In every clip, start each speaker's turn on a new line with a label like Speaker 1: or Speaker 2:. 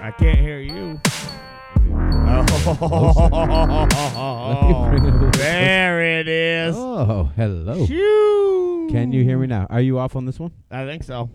Speaker 1: I can't hear you.
Speaker 2: Oh. bring
Speaker 1: Oh,
Speaker 2: it over.
Speaker 1: there it is.
Speaker 2: Oh, hello.
Speaker 1: Shoo.
Speaker 2: Can you hear me now? Are you off on this one?
Speaker 1: I think so.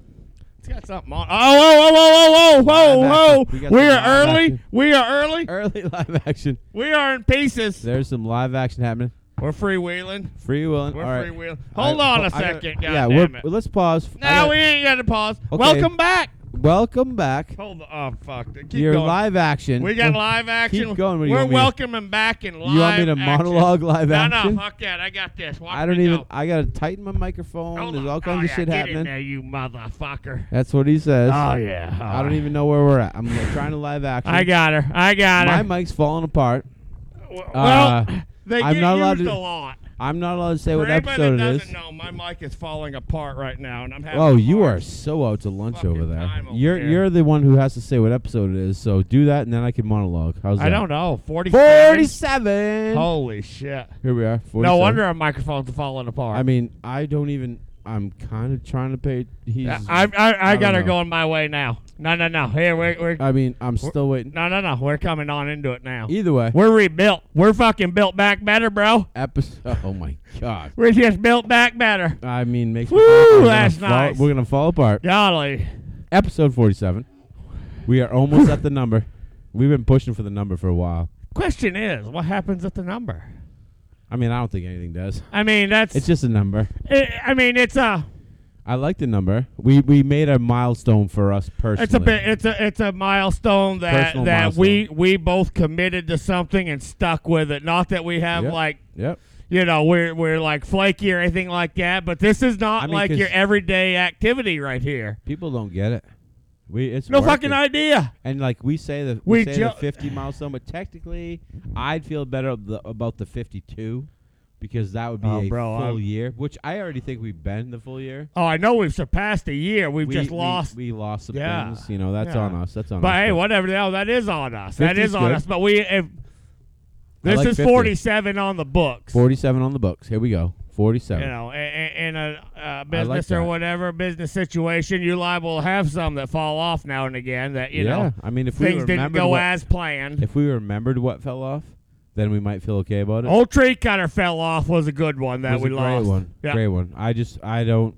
Speaker 1: It's got something on. Oh, oh, oh, oh, oh,
Speaker 2: Live
Speaker 1: oh, oh,
Speaker 2: action. We
Speaker 1: oh.
Speaker 2: got
Speaker 1: We
Speaker 2: some
Speaker 1: are
Speaker 2: live
Speaker 1: early.
Speaker 2: action.
Speaker 1: We are early.
Speaker 2: Early live action.
Speaker 1: We are in pieces.
Speaker 2: There's some live action happening.
Speaker 1: We're freewheeling.
Speaker 2: Free will.
Speaker 1: We're
Speaker 2: all right.
Speaker 1: freewheeling.
Speaker 2: I-
Speaker 1: Hold on a
Speaker 2: I gotta-
Speaker 1: second,
Speaker 2: yeah,
Speaker 1: goddamn
Speaker 2: we're,
Speaker 1: it.
Speaker 2: let's pause. I
Speaker 1: Now
Speaker 2: gotta-
Speaker 1: we ain't got to pause.
Speaker 2: Okay.
Speaker 1: Welcome back.
Speaker 2: Welcome back.
Speaker 1: Hold on. Oh, fuck. Keep
Speaker 2: Your
Speaker 1: going.
Speaker 2: live action. Oh,
Speaker 1: We got
Speaker 2: Well,
Speaker 1: live action.
Speaker 2: Keep going. What do you
Speaker 1: We're
Speaker 2: want me to-
Speaker 1: welcoming back in live.
Speaker 2: You want me to
Speaker 1: action.
Speaker 2: monologue live
Speaker 1: no,
Speaker 2: action?
Speaker 1: No, fuck that. I got this. Watch
Speaker 2: I don't
Speaker 1: me
Speaker 2: even.
Speaker 1: go.
Speaker 2: I gotta tighten my microphone.
Speaker 1: Hold
Speaker 2: There's
Speaker 1: on.
Speaker 2: all kinds
Speaker 1: Oh,
Speaker 2: of
Speaker 1: yeah,
Speaker 2: shit
Speaker 1: get
Speaker 2: happening.
Speaker 1: In there, you motherfucker.
Speaker 2: That's what he says.
Speaker 1: Oh yeah.
Speaker 2: I don't even know where we're at. I'm trying to live action.
Speaker 1: I got her. I got
Speaker 2: my
Speaker 1: her.
Speaker 2: mic's falling apart.
Speaker 1: well,
Speaker 2: uh,
Speaker 1: they
Speaker 2: I'm
Speaker 1: get
Speaker 2: not allowed
Speaker 1: used
Speaker 2: to-
Speaker 1: a lot.
Speaker 2: I'm not allowed to say
Speaker 1: For
Speaker 2: what
Speaker 1: anybody
Speaker 2: episode
Speaker 1: that
Speaker 2: it
Speaker 1: doesn't
Speaker 2: is.
Speaker 1: know, my mic is falling apart right now, and I'm having.
Speaker 2: Oh, you
Speaker 1: hard-
Speaker 2: are so out to lunch
Speaker 1: Fucking
Speaker 2: over there.
Speaker 1: time over
Speaker 2: you're
Speaker 1: here.
Speaker 2: you're the one who has to say what episode it is. So do that, and then I can monologue. How's that?
Speaker 1: I don't know. Forty-seven.
Speaker 2: Forty-seven.
Speaker 1: Holy shit.
Speaker 2: Here we are. 47.
Speaker 1: No wonder our microphones are falling apart.
Speaker 2: I mean, I don't even. I'm kind of trying to pay. He's.
Speaker 1: I, I, I,
Speaker 2: I don't
Speaker 1: got her
Speaker 2: know.
Speaker 1: going my way now. No, no, no. Here, we're, we're
Speaker 2: I mean, I'm still waiting.
Speaker 1: No, no, no. We're coming on into it now.
Speaker 2: Either way,
Speaker 1: We're rebuilt. We're fucking built back better, bro.
Speaker 2: episode. Oh my god.
Speaker 1: We're just built back better.
Speaker 2: I mean, makes. me
Speaker 1: Woo,
Speaker 2: fall- we're
Speaker 1: that's
Speaker 2: gonna fall-
Speaker 1: nice.
Speaker 2: We're gonna fall apart.
Speaker 1: Golly.
Speaker 2: Episode 47. We are almost at the number. We've been pushing for the number for a while.
Speaker 1: Question is, what happens at the number?
Speaker 2: I mean, I don't think anything does.
Speaker 1: I mean, that's.
Speaker 2: It's just a number.
Speaker 1: I- I mean, it's a.
Speaker 2: I like the number. We we made a milestone for us personally.
Speaker 1: It's a bit. It's a. It's a milestone that
Speaker 2: Personal
Speaker 1: that we we both committed to something and stuck with it. Not that we have
Speaker 2: Yep.
Speaker 1: like
Speaker 2: Yep.
Speaker 1: you know we're we're like flaky or anything like that. But this is not
Speaker 2: I mean,
Speaker 1: like
Speaker 2: 'cause-
Speaker 1: your everyday activity right here.
Speaker 2: People don't get it. We it's
Speaker 1: No
Speaker 2: working.
Speaker 1: fucking idea.
Speaker 2: And like we say the
Speaker 1: We
Speaker 2: we, say
Speaker 1: jo-
Speaker 2: the 50 milestone, but technically, I'd feel better ab- the, about the 52 because that would be
Speaker 1: Oh,
Speaker 2: a
Speaker 1: bro,
Speaker 2: full
Speaker 1: I'm-
Speaker 2: year, which I already think we've been the full year.
Speaker 1: Oh, I know we've surpassed a year. We've
Speaker 2: we
Speaker 1: just
Speaker 2: we-
Speaker 1: lost.
Speaker 2: We, lost some
Speaker 1: Yeah.
Speaker 2: things. You know, that's
Speaker 1: Yeah.
Speaker 2: on us. That's on
Speaker 1: But
Speaker 2: us.
Speaker 1: hey, whatever the hell, that is on us. That
Speaker 2: 50
Speaker 1: is
Speaker 2: is
Speaker 1: on
Speaker 2: good.
Speaker 1: us. But we, if, this
Speaker 2: like
Speaker 1: is
Speaker 2: 50.
Speaker 1: 47 on the books.
Speaker 2: 47 on the books. Here we go.
Speaker 1: You
Speaker 2: 47.
Speaker 1: know, in, in a uh, business or
Speaker 2: that.
Speaker 1: whatever business situation, you're liable to have some that fall off now and again. That you
Speaker 2: yeah.
Speaker 1: know,
Speaker 2: I mean, if we
Speaker 1: things didn't
Speaker 2: remembered
Speaker 1: go
Speaker 2: what,
Speaker 1: as planned.
Speaker 2: if we remembered what fell off, then we might feel okay about it.
Speaker 1: Old tree cutter fell off was a good one
Speaker 2: It
Speaker 1: that
Speaker 2: was
Speaker 1: we
Speaker 2: a
Speaker 1: lost.
Speaker 2: Great one.
Speaker 1: Yeah.
Speaker 2: Great one. I just I don't.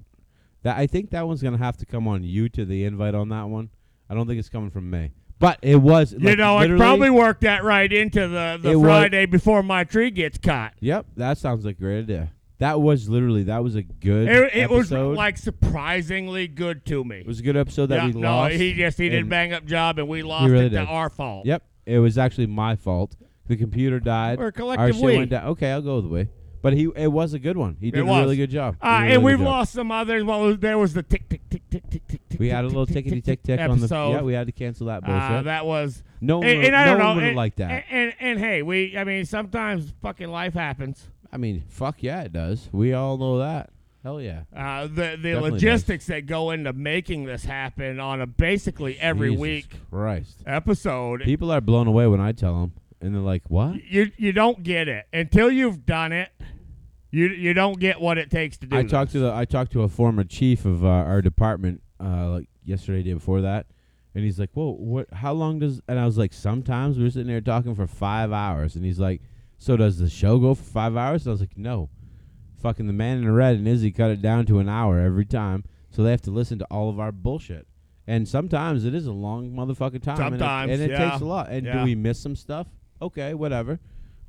Speaker 2: That I think that one's gonna have to come on you to the invite on that one. I don't think it's coming from me. But it was.
Speaker 1: You
Speaker 2: like,
Speaker 1: know, it
Speaker 2: literally-
Speaker 1: probably worked that right into the, the
Speaker 2: It wa-
Speaker 1: Friday before my tree gets caught.
Speaker 2: Yep, that sounds like a great idea. That was literally that was a good.
Speaker 1: It, it was
Speaker 2: episode.
Speaker 1: like surprisingly good to me.
Speaker 2: it was a good episode that
Speaker 1: yeah,
Speaker 2: we
Speaker 1: no,
Speaker 2: lost.
Speaker 1: he just he did a
Speaker 2: and-
Speaker 1: bang up job, and we lost
Speaker 2: really
Speaker 1: it to
Speaker 2: did.
Speaker 1: our fault.
Speaker 2: Yep, it was actually my fault. The computer died.
Speaker 1: We're a
Speaker 2: Our
Speaker 1: collective
Speaker 2: shit
Speaker 1: we.
Speaker 2: went down. Okay, I'll go the way. But he, it was a good one. He did a
Speaker 1: was.
Speaker 2: really good job. He
Speaker 1: Uh,
Speaker 2: did
Speaker 1: and
Speaker 2: a really
Speaker 1: we've
Speaker 2: good job.
Speaker 1: lost some others. Well, was- there was the tick tick tick tick tick tick tick.
Speaker 2: We had a little tickety tick tick on the.
Speaker 1: episode.
Speaker 2: Yeah, we had to cancel that bullshit.
Speaker 1: Uh, that was.
Speaker 2: no one,
Speaker 1: and,
Speaker 2: would-
Speaker 1: and I
Speaker 2: no
Speaker 1: don't know.
Speaker 2: one would have
Speaker 1: and-
Speaker 2: liked that.
Speaker 1: And, and and hey, we. I mean, sometimes fucking life happens.
Speaker 2: I mean, fuck yeah, it does. We all know that. Hell yeah.
Speaker 1: Uh, the the
Speaker 2: does.
Speaker 1: logistics that go into making this happen on a basically every
Speaker 2: Jesus
Speaker 1: week
Speaker 2: Christ.
Speaker 1: episode.
Speaker 2: People are blown away when I tell them, and they're like, "What?"
Speaker 1: you you don't get it until you've done it. You you don't get what it takes to do.
Speaker 2: I
Speaker 1: this.
Speaker 2: talked to the I talked to a former chief of uh, our department uh, like yesterday, day before that, and he's like, "Whoa, what? How long does?" And I was like, "Sometimes we're sitting there talking for five hours," and he's like, "So does the show go for five hours?" And I was like, "No, fucking the man in the red and Izzy cut it down to an hour every time, so they have to listen to all of our bullshit." And sometimes it is a long motherfucking time, and it-
Speaker 1: Sometimes,
Speaker 2: and it,
Speaker 1: yeah.
Speaker 2: takes a lot. And
Speaker 1: Yeah.
Speaker 2: do we miss some stuff? Okay, whatever,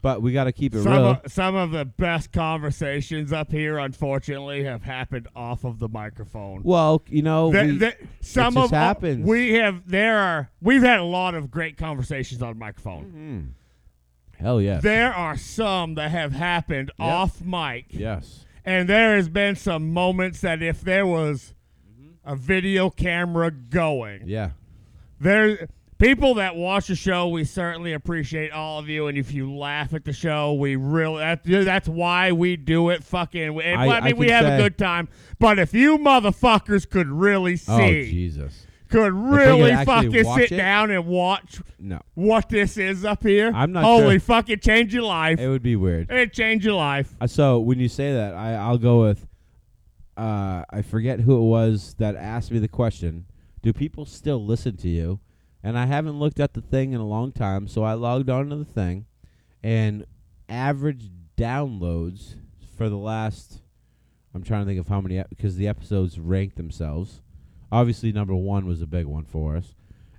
Speaker 2: but we got to keep it
Speaker 1: Some
Speaker 2: real.
Speaker 1: of, some of the best conversations up here, unfortunately, have happened off of the microphone.
Speaker 2: well, you know,
Speaker 1: The-
Speaker 2: we-
Speaker 1: the- some
Speaker 2: just
Speaker 1: of uh,
Speaker 2: happens.
Speaker 1: we have there are we've had a lot of great conversations on
Speaker 2: Mm-hmm.
Speaker 1: microphone.
Speaker 2: hell yeah.
Speaker 1: There are some that have happened off mic,
Speaker 2: Yes.
Speaker 1: and there has been some moments that if there was
Speaker 2: Mm-hmm.
Speaker 1: a video camera going,
Speaker 2: Yeah.
Speaker 1: there people that watch the show we certainly appreciate all of you and if you laugh at the show we really that, that's why we do it fucking we-
Speaker 2: I-
Speaker 1: well, I
Speaker 2: I
Speaker 1: mean we have
Speaker 2: can
Speaker 1: a
Speaker 2: say-
Speaker 1: good time but if you motherfuckers could really
Speaker 2: Oh
Speaker 1: see
Speaker 2: Jesus.
Speaker 1: could
Speaker 2: could
Speaker 1: really
Speaker 2: actually
Speaker 1: fucking
Speaker 2: watch
Speaker 1: sit
Speaker 2: it-
Speaker 1: down and watch
Speaker 2: No.
Speaker 1: what this is up here
Speaker 2: I'm not
Speaker 1: holy
Speaker 2: sure.
Speaker 1: fucking change your life
Speaker 2: It would be weird.
Speaker 1: it change your life
Speaker 2: Uh, So when you say that, I I'll go with uh I forget who it was that asked me the question. Do people still listen to you? and I haven't looked at the thing in a long time, so I logged on to the thing, and average downloads for the last, I'm trying to think of how many, because the episodes rank themselves. Obviously, number one was a big one for us.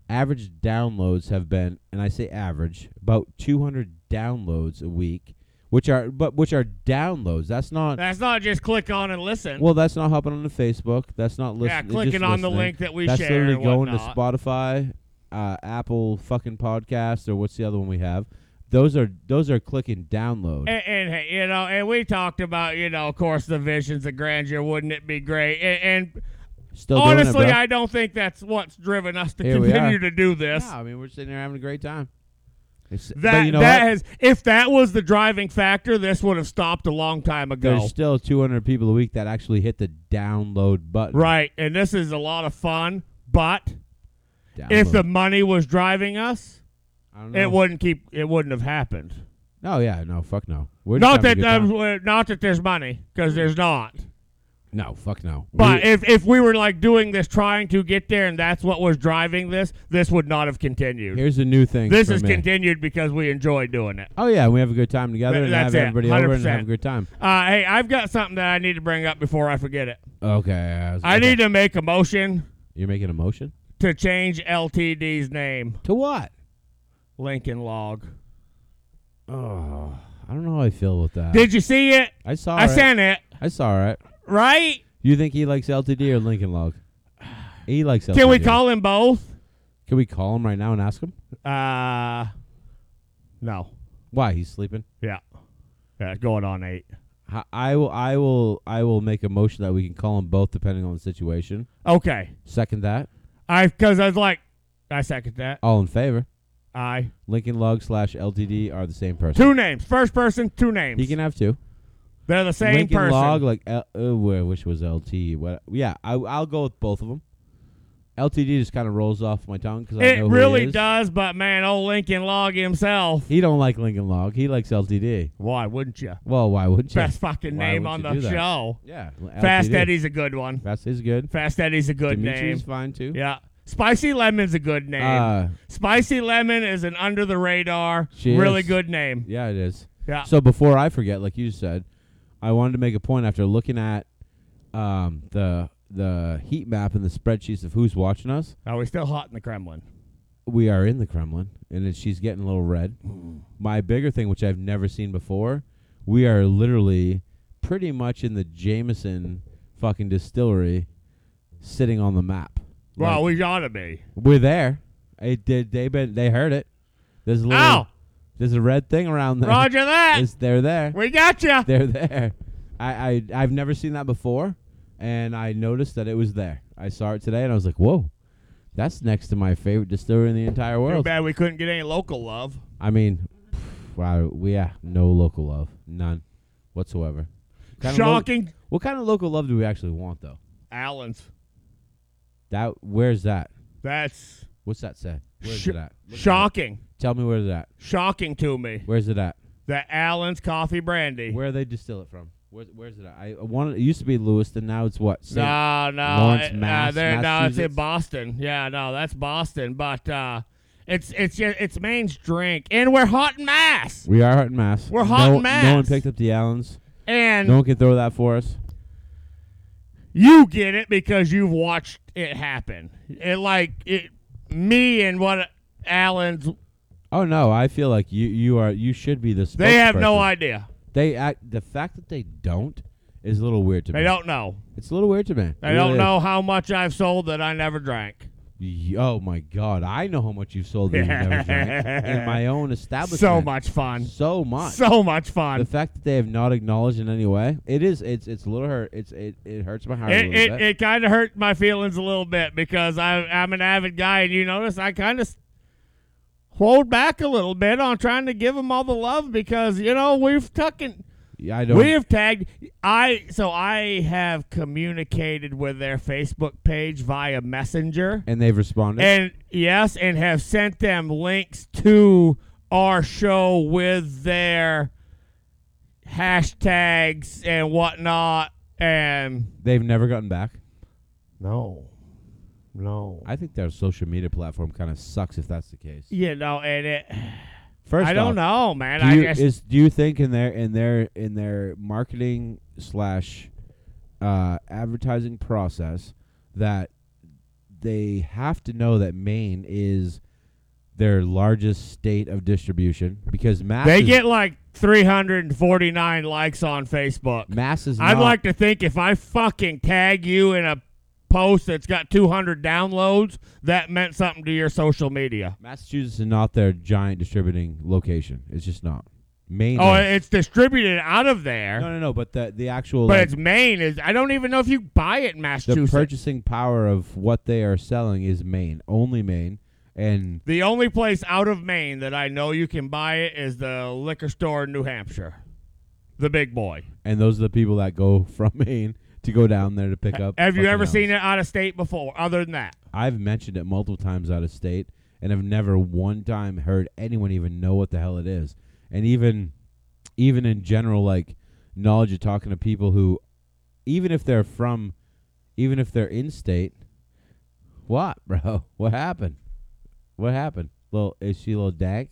Speaker 2: Average downloads have been, and I say average, about 200 downloads a week, which are but which are downloads. That's not
Speaker 1: That's not just click on and listen.
Speaker 2: well. That's not hopping on the Facebook. That's not listening.
Speaker 1: yeah, clicking on the link that we
Speaker 2: That's
Speaker 1: share.
Speaker 2: literally
Speaker 1: and
Speaker 2: going
Speaker 1: whatnot.
Speaker 2: to Spotify, uh, Apple fucking podcast, or what's the other one we have? Those are those are clicking download.
Speaker 1: And, and hey, you know, and we talked about, you know, of course, the visions of grandeur. Wouldn't it be great? And, and
Speaker 2: Still
Speaker 1: honestly,
Speaker 2: doing it, bro.
Speaker 1: I don't think that's what's driven us to
Speaker 2: Here we
Speaker 1: continue
Speaker 2: are.
Speaker 1: to do this.
Speaker 2: Yeah, I mean we're sitting there having a great time. It's, but
Speaker 1: That
Speaker 2: you know
Speaker 1: that
Speaker 2: what?
Speaker 1: has, if that was the driving factor, this would have stopped a long time ago.
Speaker 2: There's still 200 people a week that actually hit the download button.
Speaker 1: Right, and this is a lot of fun. But
Speaker 2: Download.
Speaker 1: if the money was driving us,
Speaker 2: I don't know.
Speaker 1: it wouldn't keep. It wouldn't have happened.
Speaker 2: No, yeah, no, fuck no. We're just
Speaker 1: Not that
Speaker 2: having a good time.
Speaker 1: uh, not that there's money because there's not.
Speaker 2: no, fuck no.
Speaker 1: But
Speaker 2: We-
Speaker 1: if if we were like doing this, trying to get there, and that's what was driving this, this would not have continued.
Speaker 2: here's a new thing.
Speaker 1: This
Speaker 2: for
Speaker 1: is
Speaker 2: me.
Speaker 1: continued because we enjoy doing it.
Speaker 2: Oh yeah, we have a good time together
Speaker 1: Th-
Speaker 2: and
Speaker 1: that's
Speaker 2: have
Speaker 1: it,
Speaker 2: everybody over and
Speaker 1: 100%.
Speaker 2: have a good time.
Speaker 1: Uh, hey, I've got something that I need to bring up before I forget it.
Speaker 2: Okay. I, was-
Speaker 1: I
Speaker 2: okay.
Speaker 1: need to make a motion
Speaker 2: You're making a motion?
Speaker 1: to change LTD's name,
Speaker 2: To what?
Speaker 1: Lincoln Log.
Speaker 2: Oh, I don't know how I feel with that.
Speaker 1: Did you see it?
Speaker 2: I saw
Speaker 1: I
Speaker 2: it.
Speaker 1: sent it.
Speaker 2: I saw it.
Speaker 1: Right?
Speaker 2: You think he likes LTD or Lincoln Log? He likes LTD.
Speaker 1: Can we call him both?
Speaker 2: Can we call him right now and ask him?
Speaker 1: Uh, no.
Speaker 2: Why he's sleeping?
Speaker 1: Yeah. Yeah, it's going on eight.
Speaker 2: H- I will. I will. I will make a motion that we can call him both depending on the situation.
Speaker 1: Okay.
Speaker 2: Second that.
Speaker 1: I because I was like, I second that.
Speaker 2: All in favor?
Speaker 1: I
Speaker 2: Lincoln Log slash LTD are the same person.
Speaker 1: two names. First person, two names.
Speaker 2: He can have two.
Speaker 1: They're the same
Speaker 2: Lincoln
Speaker 1: person.
Speaker 2: Log, like L- uh, where- which was LT. What? Yeah, I, I'll go with both of them. LTD just kind of rolls off my tongue because I
Speaker 1: it
Speaker 2: know who
Speaker 1: really
Speaker 2: he is.
Speaker 1: does, but man, old Lincoln Log himself.
Speaker 2: He don't like Lincoln Log. He likes LTD.
Speaker 1: Why wouldn't you?
Speaker 2: Well, why wouldn't you?
Speaker 1: Best fucking
Speaker 2: Why
Speaker 1: name
Speaker 2: would
Speaker 1: on
Speaker 2: you
Speaker 1: the
Speaker 2: do that?
Speaker 1: show.
Speaker 2: Yeah,
Speaker 1: Fast
Speaker 2: LTD.
Speaker 1: Eddie's a good one.
Speaker 2: Fast is good.
Speaker 1: Fast Eddie's a good name.
Speaker 2: Dimitri's fine too.
Speaker 1: Yeah. Spicy Lemon's a good name.
Speaker 2: Uh,
Speaker 1: Spicy Lemon is an under the radar,
Speaker 2: She
Speaker 1: really
Speaker 2: is.
Speaker 1: good name.
Speaker 2: yeah, it is.
Speaker 1: Yeah.
Speaker 2: So before I forget, like you said, I wanted to make a point after looking at um, the the heat map and the spreadsheets of who's watching us.
Speaker 1: Are we still hot in the Kremlin?
Speaker 2: we are in the Kremlin, and it, she's getting a little red. My bigger thing, which I've never seen before, we are literally pretty much in the Jameson fucking distillery, sitting on the map.
Speaker 1: Well,
Speaker 2: Like,
Speaker 1: we ought to be.
Speaker 2: we're there. It did. They been. They heard it. There's a little.
Speaker 1: Ow!
Speaker 2: There's a red thing around there.
Speaker 1: Roger that.
Speaker 2: It's- they're there.
Speaker 1: We got you.
Speaker 2: They're there. I, I I've never seen that before, and I noticed that it was there. I saw it today, and I was like, "Whoa, that's next to my favorite distillery in the entire
Speaker 1: Too
Speaker 2: world."
Speaker 1: bad we couldn't get any local love.
Speaker 2: I mean, pff, wow, we yeah, no local love, none whatsoever. Kinda lo-
Speaker 1: Shocking.
Speaker 2: what kind of local love do we actually want though?
Speaker 1: Allen's.
Speaker 2: That where's that?
Speaker 1: That's
Speaker 2: What's that say? Where's
Speaker 1: Sh-
Speaker 2: it at? Look it up.
Speaker 1: shocking.
Speaker 2: Tell me where's it at.
Speaker 1: Shocking to me.
Speaker 2: Where's it at?
Speaker 1: That Allen's coffee brandy.
Speaker 2: Where they distill it from? Where's where's it at? I I wanted. It used to be Lewiston. Now it's what? Saint-
Speaker 1: No, no,
Speaker 2: Lawrence,
Speaker 1: it-
Speaker 2: Mass-
Speaker 1: no, there, no, it's in
Speaker 2: Massachusetts?
Speaker 1: Boston. Yeah, no, that's Boston. But uh, it's it's ju- it's Maine's drink, and we're hot in Mass.
Speaker 2: We are hot in mass.
Speaker 1: We're hot
Speaker 2: no,
Speaker 1: in
Speaker 2: No one
Speaker 1: Mass.
Speaker 2: picked up the Allens.
Speaker 1: And
Speaker 2: No one can throw that for us.
Speaker 1: you get it because you've watched it happen. It like it, me and what Allen's.
Speaker 2: Oh no, I feel like you you are you should be the.
Speaker 1: They have no
Speaker 2: spokesperson.
Speaker 1: idea.
Speaker 2: They act, the fact that they don't is a little weird to
Speaker 1: They
Speaker 2: me.
Speaker 1: don't know.
Speaker 2: It's a little weird to me.
Speaker 1: They
Speaker 2: It
Speaker 1: don't
Speaker 2: really
Speaker 1: know how much I've sold that I never drank.
Speaker 2: is. Y- Oh my God, I know how much you've sold that you never drank in my own establishment.
Speaker 1: So much fun.
Speaker 2: so much.
Speaker 1: So much
Speaker 2: the
Speaker 1: fun.
Speaker 2: fact that they have not acknowledged in any way, it is. It's it's a little hurt. It's it, it hurts my heart a
Speaker 1: It
Speaker 2: little
Speaker 1: it,
Speaker 2: bit.
Speaker 1: it kind of hurt my feelings a little bit because I I'm an avid guy, and you notice I kind of hold back a little bit on trying to give them all the love because you know we've tucking.
Speaker 2: Yeah, I don't.
Speaker 1: We have tagged I so I have communicated with their Facebook page via Messenger.
Speaker 2: and they've responded.
Speaker 1: And yes, and have sent them links to our show with their hashtags and whatnot. And
Speaker 2: they've never gotten back.
Speaker 1: no,
Speaker 3: No.
Speaker 2: I think their social media platform kind of sucks if that's the case.
Speaker 1: You know, and it.
Speaker 2: First,
Speaker 1: I don't know,
Speaker 2: off,
Speaker 1: man.
Speaker 2: Do
Speaker 1: I
Speaker 2: you,
Speaker 1: guess
Speaker 2: is do you think in their in their in their marketing slash uh, advertising process that they have to know that Maine is their largest state of distribution because mass
Speaker 1: they
Speaker 2: is,
Speaker 1: get like 349 likes on Facebook.
Speaker 2: mass is
Speaker 1: I'd
Speaker 2: not-
Speaker 1: like to think if I fucking tag you in a post that's got 200 downloads, that meant something to your social media.
Speaker 2: Massachusetts is not their giant distributing location. It's just not Maine.
Speaker 1: Oh,
Speaker 2: is.
Speaker 1: it's distributed out of there,
Speaker 2: no, no, no. But the the actual
Speaker 1: but
Speaker 2: like,
Speaker 1: it's Maine is. I don't even know if you buy it in
Speaker 2: the
Speaker 1: Massachusetts.
Speaker 2: purchasing power of what they are selling is Maine, only Maine, and
Speaker 1: the only place out of Maine that I know you can buy it is the liquor store in New Hampshire, the big boy.
Speaker 2: and those are the people that go from Maine to go down there to pick up.
Speaker 1: Have you
Speaker 2: fucking
Speaker 1: ever
Speaker 2: elms.
Speaker 1: seen it out of state before? Other than that,
Speaker 2: I've mentioned it multiple times out of state, and I've never one time heard anyone even know what the hell it is. And even, even in general, like knowledge of talking to people who, even if they're from, even if they're in state, what, bro? What happened? What happened? Little is she a little dank?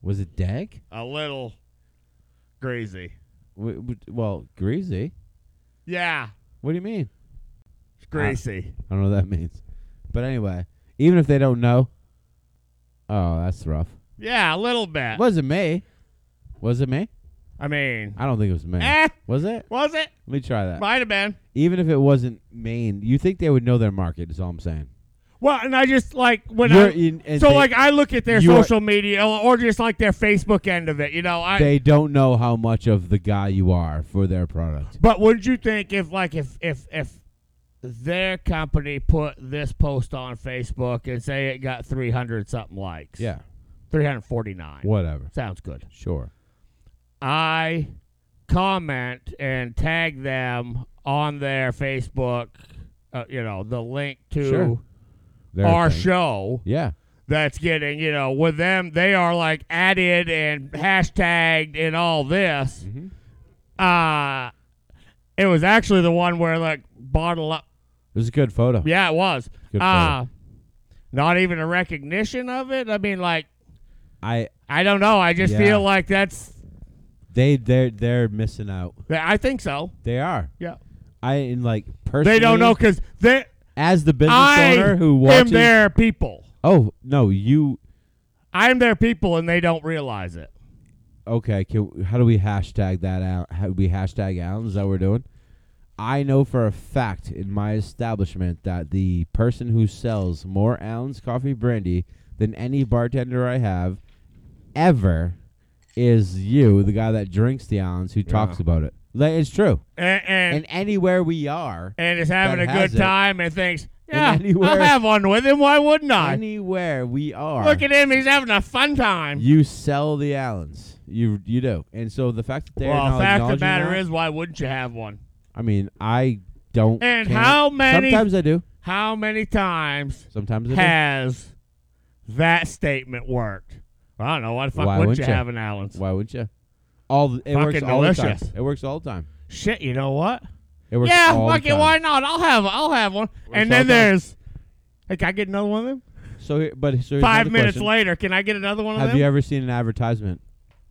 Speaker 2: Was it dank?
Speaker 1: a little crazy.
Speaker 2: W- w- well, greasy.
Speaker 1: Yeah,
Speaker 2: What do you mean?
Speaker 1: it's greasy.
Speaker 2: I don't know what that means. But anyway, even if they don't know, oh, that's rough.
Speaker 1: yeah, a little bit.
Speaker 2: Was it May? Was it May?
Speaker 1: I mean,
Speaker 2: I don't think it was May.
Speaker 1: eh,
Speaker 2: Was it?
Speaker 1: was it?
Speaker 2: Let me try that.
Speaker 1: Might have been.
Speaker 2: Even if it wasn't Maine, you think they would know their market? Is all I'm saying.
Speaker 1: Well, and I just like when
Speaker 2: You're
Speaker 1: I
Speaker 2: in- and
Speaker 1: so
Speaker 2: they-
Speaker 1: like I look at their
Speaker 2: you are-
Speaker 1: social media or, or just like their Facebook end of it, you know. I
Speaker 2: they don't know how much of the guy you are for their product.
Speaker 1: but wouldn't you think if like if if if their company put this post on Facebook and say it got three hundred something likes,
Speaker 2: Yeah.
Speaker 1: three hundred forty nine.
Speaker 2: Whatever.
Speaker 1: Sounds good.
Speaker 2: Sure.
Speaker 1: I comment and tag them on their Facebook, uh, you know, the link to
Speaker 2: Sure. Their
Speaker 1: our
Speaker 2: thing.
Speaker 1: show.
Speaker 2: Yeah.
Speaker 1: that's getting, you know, with them, they are like added and hashtagged and all this.
Speaker 2: Mhm.
Speaker 1: Uh, it was actually the one where like bottle up.
Speaker 2: It was a good photo.
Speaker 1: Yeah, it was.
Speaker 2: Good
Speaker 1: Uh, not even a recognition of it. I mean, like,
Speaker 2: I
Speaker 1: I don't know. I just
Speaker 2: Yeah.
Speaker 1: feel like that's,
Speaker 2: they they they're missing out.
Speaker 1: I think so.
Speaker 2: They are.
Speaker 1: Yeah.
Speaker 2: I and like personally
Speaker 1: They don't know because they,
Speaker 2: as the business
Speaker 1: I
Speaker 2: owner who
Speaker 1: am
Speaker 2: watches.
Speaker 1: their people.
Speaker 2: Oh no, you
Speaker 1: I'm their people and they don't realize it.
Speaker 2: okay? Can, how do we hashtag that out? How do we hashtag Allen? Is that what we're doing? I know for a fact in my establishment that the person who sells more Allen's coffee brandy than any bartender I have ever is you, the guy that drinks the Allen's who talks
Speaker 1: Yeah.
Speaker 2: about it. Like, it's true.
Speaker 1: And, and,
Speaker 2: And anywhere we are,
Speaker 1: and is having a
Speaker 2: that
Speaker 1: good
Speaker 2: has it.
Speaker 1: time and thinks, yeah, I'll
Speaker 2: anywhere-
Speaker 1: have one with him. Why wouldn't I?
Speaker 2: anywhere we are,
Speaker 1: Look at him. He's having a fun time.
Speaker 2: you sell the Allens. You you do. And so the fact that they're
Speaker 1: well, fact
Speaker 2: not
Speaker 1: of the
Speaker 2: acknowledging
Speaker 1: matter
Speaker 2: that-
Speaker 1: is, why wouldn't you have one?
Speaker 2: I mean, I don't.
Speaker 1: And
Speaker 2: can't-
Speaker 1: how many-
Speaker 2: Sometimes I do.
Speaker 1: How many times
Speaker 2: Sometimes I do.
Speaker 1: has that statement worked? Well, I don't know. Why the fuck
Speaker 2: Why
Speaker 1: wouldn't
Speaker 2: wouldn't
Speaker 1: you
Speaker 2: ya?
Speaker 1: have an Allen's?
Speaker 2: Why wouldn't you? All the, it works
Speaker 1: Fucking
Speaker 2: all the
Speaker 1: delicious.
Speaker 2: time. It works all the time.
Speaker 1: Shit, you know what?
Speaker 2: It works.
Speaker 1: yeah,
Speaker 2: all the
Speaker 1: fuck it.
Speaker 2: time.
Speaker 1: Why not? I'll have. I'll have one. and
Speaker 2: all
Speaker 1: then
Speaker 2: the time.
Speaker 1: there's. Hey, can I get another one of them?
Speaker 2: So, here- but so here's
Speaker 1: Five
Speaker 2: another
Speaker 1: minutes
Speaker 2: question.
Speaker 1: later, can I get another one of
Speaker 2: Have
Speaker 1: them?
Speaker 2: you ever seen an advertisement